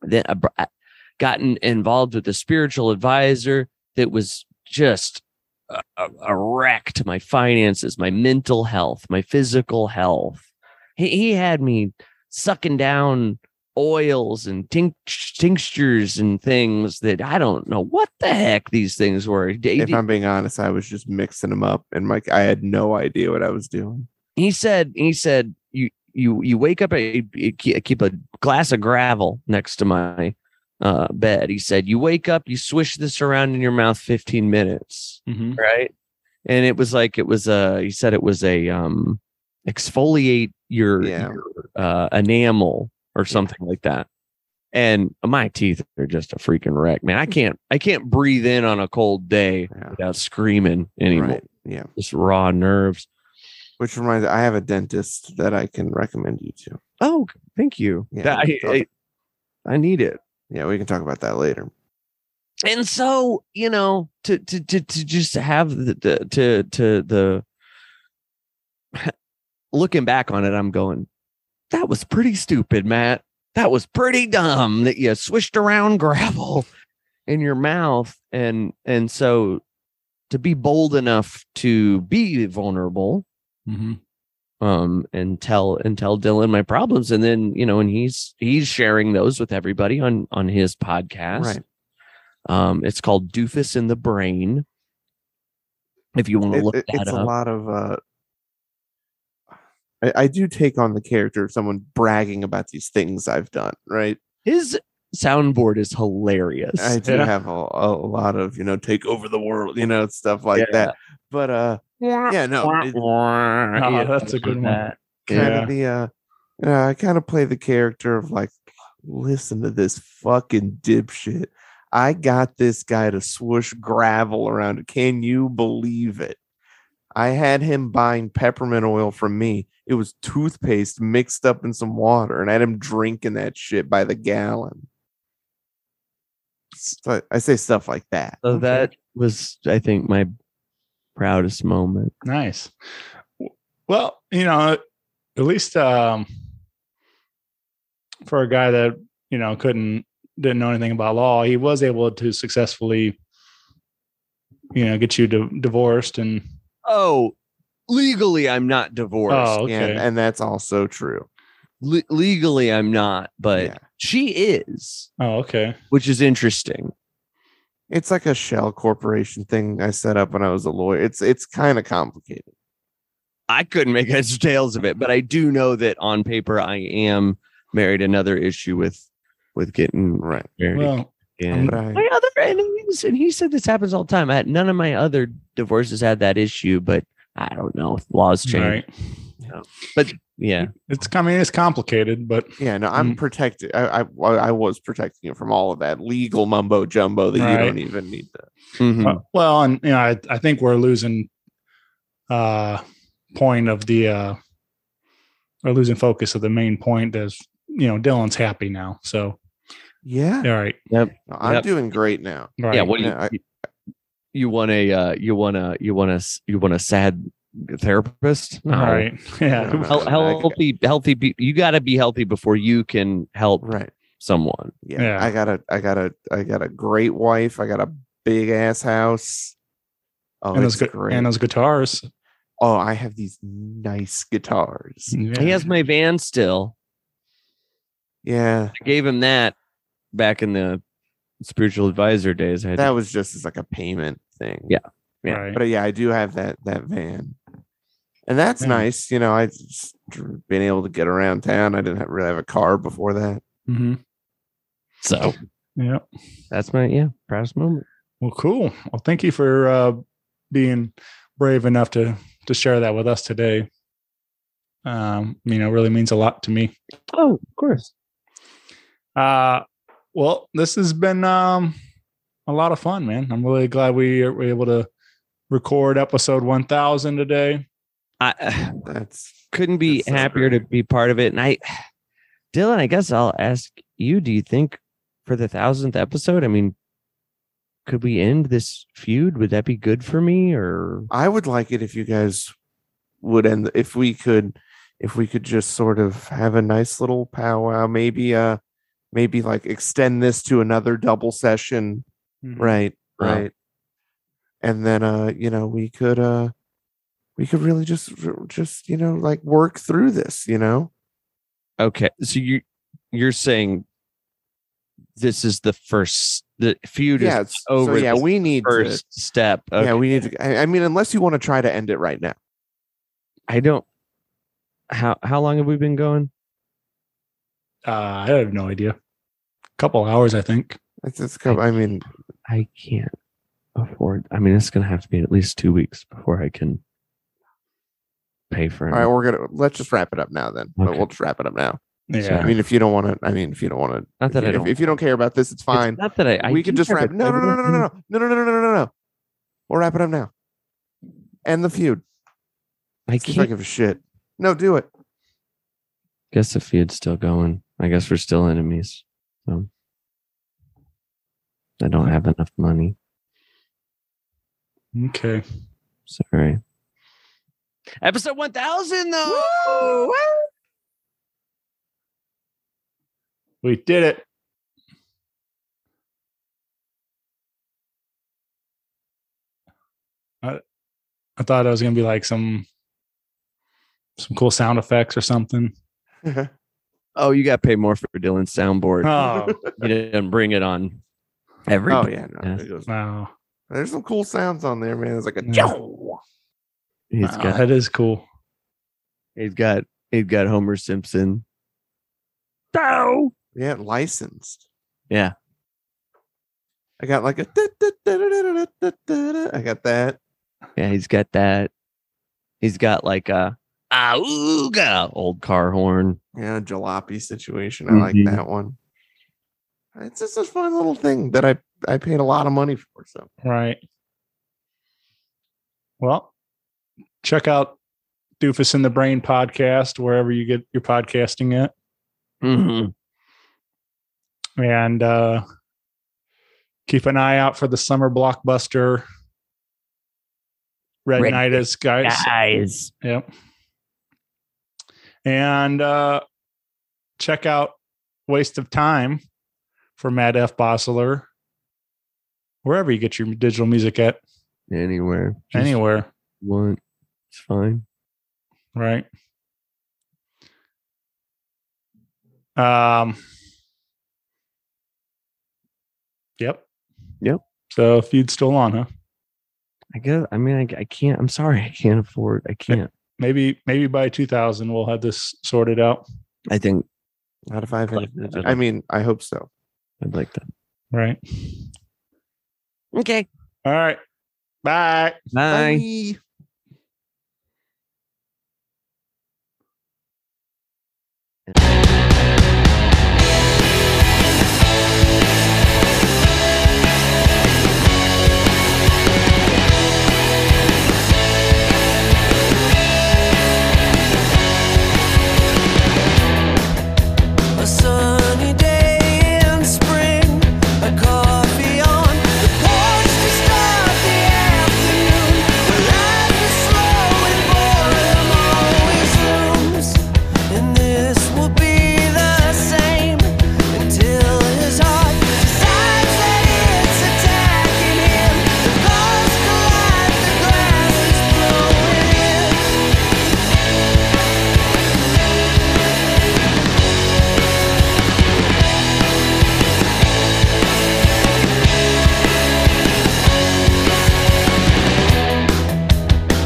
[SPEAKER 5] then I br- I gotten involved with a spiritual advisor that was just a, a, a wreck to my finances, my mental health, my physical health. He, he had me sucking down oils and tinct- tinctures and things that I don't know what the heck these things were. He did-
[SPEAKER 6] If I'm being honest, I was just mixing them up, and Mike, I had no idea what I was doing.
[SPEAKER 5] he said he said you you you wake up a keep a glass of gravel next to my uh bed he said you wake up you swish this around in your mouth 15 minutes
[SPEAKER 1] Mm-hmm.
[SPEAKER 5] right and it was like it was a he said it was a um exfoliate your,
[SPEAKER 6] Yeah.
[SPEAKER 5] your, uh enamel or something like that and my teeth are just a freaking wreck man i can't i can't breathe in on a cold day
[SPEAKER 6] Yeah.
[SPEAKER 5] without screaming anymore
[SPEAKER 6] Right. Yeah.
[SPEAKER 5] just raw nerves
[SPEAKER 6] Which reminds I have a dentist that I can recommend you to.
[SPEAKER 5] Oh, thank you.
[SPEAKER 6] Yeah,
[SPEAKER 5] That-
[SPEAKER 6] no
[SPEAKER 5] I, I, I need it.
[SPEAKER 6] Yeah, we can talk about that later.
[SPEAKER 5] And so, you know, to to to, to just have the, the to to the looking back on it, I'm going, that was pretty stupid, Matt. That was pretty dumb that you swished around gravel in your mouth. And and so to be bold enough to be vulnerable
[SPEAKER 1] Mm-hmm.
[SPEAKER 5] um and tell and tell Dylan my problems and then you know and he's he's sharing those with everybody on on his podcast
[SPEAKER 6] Right.
[SPEAKER 5] um it's called doofus in the brain if you want to
[SPEAKER 6] It-
[SPEAKER 5] look
[SPEAKER 6] it-
[SPEAKER 5] that
[SPEAKER 6] it's a
[SPEAKER 5] up
[SPEAKER 6] lot of uh I, I do take on the character of someone bragging about these things I've done, right?
[SPEAKER 5] his soundboard is hilarious
[SPEAKER 6] I do
[SPEAKER 1] Yeah.
[SPEAKER 6] have a, a lot of, you know, take over the world, you know, stuff like
[SPEAKER 5] Yeah.
[SPEAKER 6] that. But uh yeah, no, it-
[SPEAKER 1] Ah,
[SPEAKER 5] Yeah,
[SPEAKER 1] that's a good one.
[SPEAKER 5] that.
[SPEAKER 6] kind
[SPEAKER 1] Yeah.
[SPEAKER 6] of the uh you know, I kind of play the character of like listen to this fucking dipshit. I got this guy to swoosh gravel around it. Can you believe it? I had him buying peppermint oil from me. It was toothpaste mixed up in some water, and I had him drinking that shit by the gallon.
[SPEAKER 5] Yes.
[SPEAKER 6] So I, I say stuff like that.
[SPEAKER 5] So that was, I think, my proudest moment.
[SPEAKER 1] Nice. W- Well, you know, at least um, for a guy that you know couldn't didn't know anything about law, he was able to successfully, you know, get you di- divorced and.
[SPEAKER 5] Oh, legally, I'm not divorced.
[SPEAKER 1] Oh, okay.
[SPEAKER 6] and, and that's also true.
[SPEAKER 5] Le- legally, I'm not, but
[SPEAKER 6] Yeah.
[SPEAKER 5] she is,
[SPEAKER 1] oh, okay.
[SPEAKER 5] which is interesting.
[SPEAKER 6] It's like a shell corporation thing I set up when I was a lawyer. It's it's kind of complicated.
[SPEAKER 5] I couldn't make heads or tails of it, but I do know that on paper, I am married. Another issue with with getting
[SPEAKER 6] Right.
[SPEAKER 5] married.
[SPEAKER 1] Well,
[SPEAKER 5] again.
[SPEAKER 6] But I,
[SPEAKER 5] my other enemies, and he said this happens all the time. I had, none of my other divorces had that issue, but I don't know if laws change.
[SPEAKER 1] right.
[SPEAKER 5] But yeah,
[SPEAKER 1] It's I mean it's complicated, but
[SPEAKER 6] yeah, no, I'm
[SPEAKER 1] Mm.
[SPEAKER 6] protected. I, I well, I was protecting you from all of that legal mumbo jumbo that you
[SPEAKER 1] Right.
[SPEAKER 6] don't even need to.
[SPEAKER 5] Mhm.
[SPEAKER 1] Uh, well, and you know, I, I think we're losing uh point of the uh or losing focus of the main point is you know, Dylan's happy now. So
[SPEAKER 6] Yeah,
[SPEAKER 1] all right.
[SPEAKER 6] No, I'm
[SPEAKER 5] Yep.
[SPEAKER 6] doing great now.
[SPEAKER 1] All right.
[SPEAKER 5] yeah. What do you,
[SPEAKER 6] No, I-
[SPEAKER 5] you want a uh, you want a you want a you want a sad therapist? No.
[SPEAKER 1] all right. Yeah.
[SPEAKER 6] No, no,
[SPEAKER 5] Hel-
[SPEAKER 6] no, I-
[SPEAKER 5] healthy, healthy. Pe- you got to be healthy before you can help
[SPEAKER 6] Right.
[SPEAKER 5] someone.
[SPEAKER 6] Yeah,
[SPEAKER 1] Yeah.
[SPEAKER 6] I got a, I got a, I got a great wife. I got a big ass house. Oh,
[SPEAKER 1] and those
[SPEAKER 6] it's
[SPEAKER 1] gu-
[SPEAKER 6] great.
[SPEAKER 1] and those guitars.
[SPEAKER 6] oh, I have these nice guitars.
[SPEAKER 1] Yeah.
[SPEAKER 5] He has my van still.
[SPEAKER 6] Yeah,
[SPEAKER 5] I gave him that back in the spiritual advisor days. I had
[SPEAKER 6] that was just as like a payment thing.
[SPEAKER 5] Yeah. yeah.
[SPEAKER 1] Right.
[SPEAKER 6] but uh, yeah, I do have that that van, and that's
[SPEAKER 1] Yeah.
[SPEAKER 6] nice. You know, I just dr- been able to get around town. I didn't have, really have a car before that.
[SPEAKER 1] hmm
[SPEAKER 5] so
[SPEAKER 1] Yeah.
[SPEAKER 5] that's my yeah proudest moment.
[SPEAKER 1] Well, cool. Well, thank you for uh being brave enough to to share that with us today. Um, you know, it really means a lot to me.
[SPEAKER 5] Oh, of course.
[SPEAKER 1] Uh, well, this has been um, a lot of fun, man. I'm really glad we were able to record episode 1000 today.
[SPEAKER 5] I uh,
[SPEAKER 6] That's
[SPEAKER 5] couldn't be
[SPEAKER 6] That's so
[SPEAKER 5] happier to be part of it. And I, Dylan, I guess I'll ask you: Do you think for the thousandth episode? I mean, could we end this feud? Would that be good for me? Or
[SPEAKER 6] I would like it if you guys would end if we could if we could just sort of have a nice little powwow, maybe uh maybe like extend this to another double session. Right.
[SPEAKER 5] Mm-hmm. Yeah.
[SPEAKER 6] Right. And then uh, you know, we could uh we could really just just, you know, like work through this, you know?
[SPEAKER 5] okay, so you you're saying this is the first the feud is
[SPEAKER 6] Yeah, it's- so
[SPEAKER 5] over.
[SPEAKER 6] yeah,
[SPEAKER 5] the
[SPEAKER 6] we need
[SPEAKER 5] first step.
[SPEAKER 6] to
[SPEAKER 5] Okay.
[SPEAKER 6] Yeah, we need to I, I mean unless you want to try to end it right now.
[SPEAKER 5] I don't. How how long have we been going?
[SPEAKER 1] Uh, I have no idea. couple hours, I think.
[SPEAKER 6] It's, it's co- I mean,
[SPEAKER 5] I can't afford. I mean, it's gonna have to be at least two weeks before I can pay for
[SPEAKER 6] all
[SPEAKER 5] it.
[SPEAKER 6] right, we're gonna let's just wrap it up now then. But
[SPEAKER 5] Okay.
[SPEAKER 6] we'll just wrap it up now. I
[SPEAKER 1] Yeah.
[SPEAKER 6] mean, if you don't want to, I mean, if you don't want to,
[SPEAKER 5] not that I
[SPEAKER 6] if,
[SPEAKER 5] don't.
[SPEAKER 6] if you don't care about this, it's
[SPEAKER 5] it's
[SPEAKER 6] fine.
[SPEAKER 5] not that I. I
[SPEAKER 6] we can
[SPEAKER 5] do
[SPEAKER 6] just
[SPEAKER 5] have
[SPEAKER 6] wrap.
[SPEAKER 5] it.
[SPEAKER 6] No,
[SPEAKER 5] I
[SPEAKER 6] no, no, no,
[SPEAKER 5] don't-
[SPEAKER 6] no, no, no, no, no, no, no, no, no. We'll wrap it up now. End the feud.
[SPEAKER 5] I
[SPEAKER 6] See if I
[SPEAKER 5] can't.
[SPEAKER 6] give a shit. No, do it.
[SPEAKER 5] guess the feud's still going. I guess we're still enemies. So I don't have enough money.
[SPEAKER 1] Okay.
[SPEAKER 5] Sorry. Episode one thousand though.
[SPEAKER 1] We did it. I, I thought it was going to be like some some cool sound effects or something.
[SPEAKER 5] Oh, you got to pay more for Dylan's soundboard.
[SPEAKER 1] Oh,
[SPEAKER 5] you didn't bring it on every.
[SPEAKER 6] Oh yeah, no,
[SPEAKER 5] Yes.
[SPEAKER 6] it goes-
[SPEAKER 1] wow.
[SPEAKER 6] there's some cool sounds on there, man. It's like a
[SPEAKER 1] Yeah.
[SPEAKER 6] jow.
[SPEAKER 5] He's
[SPEAKER 1] Wow,
[SPEAKER 5] got
[SPEAKER 1] that is cool.
[SPEAKER 5] He's got he's got Homer Simpson. No.
[SPEAKER 6] yeah, licensed.
[SPEAKER 5] Yeah.
[SPEAKER 6] I got like a. da- da- da- da- da- da- da- da- da. I got that.
[SPEAKER 5] Yeah, he's got that. He's got like a auga old car horn.
[SPEAKER 6] Yeah, jalopy situation. I like
[SPEAKER 5] Mhm.
[SPEAKER 6] that one. It's just a fun little thing that I I paid a lot of money for. So
[SPEAKER 1] Right. Well, check out Doofus in the Brain podcast wherever you get your podcasting at,
[SPEAKER 5] Mm-hmm. Mhm.
[SPEAKER 1] and uh, Keep an eye out for the summer blockbuster. Red,
[SPEAKER 9] Red
[SPEAKER 1] Night is guys.
[SPEAKER 9] Guys.
[SPEAKER 1] Yep. And uh, check out Waste of Time for Matt F. Bossler, wherever you get your digital music at,
[SPEAKER 5] Anywhere. Just
[SPEAKER 1] anywhere,
[SPEAKER 5] Want. It's fine.
[SPEAKER 1] right? Um, yep.
[SPEAKER 5] Yep.
[SPEAKER 1] So feud's still on, huh?
[SPEAKER 5] I guess. I mean, I, I can't. I'm sorry. I can't afford. I can't.
[SPEAKER 1] Maybe, maybe by 2000, we'll have this sorted out,
[SPEAKER 5] I think
[SPEAKER 6] Out of five.
[SPEAKER 5] Like, uh-huh. I
[SPEAKER 6] I mean, I hope so.
[SPEAKER 5] I'd like that.
[SPEAKER 1] right?
[SPEAKER 5] Okay.
[SPEAKER 1] All right. Bye.
[SPEAKER 5] Bye.
[SPEAKER 6] Bye.
[SPEAKER 8] A sunny day in spring, a coffee on the porch to start the afternoon. But life is slow and boredom always looms, and this will be the same until his heart decides that it's attacking him. The cars collide, the glass is blowing in.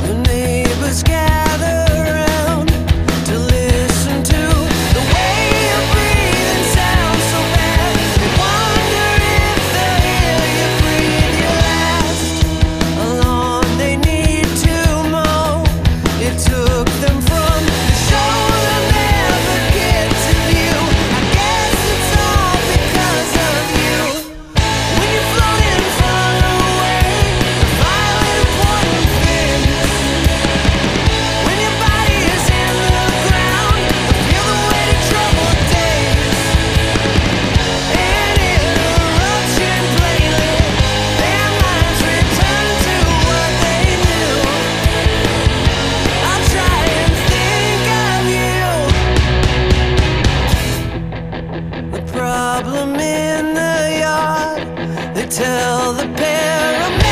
[SPEAKER 8] The neighbors gather around to listen to the way you breathe and sound so bad. They wonder if they'll hear you breathe your last. A lawn they need to mow. It took them from the shoulder never get to view. I guess it's all because of you. When you're floating far away, the violent important things. When your body is in the ground, feel the way to troubled days. And interruption plainly, their minds return to what they knew. I'll try and think of you. The problem in the yard, they tell the paramedics.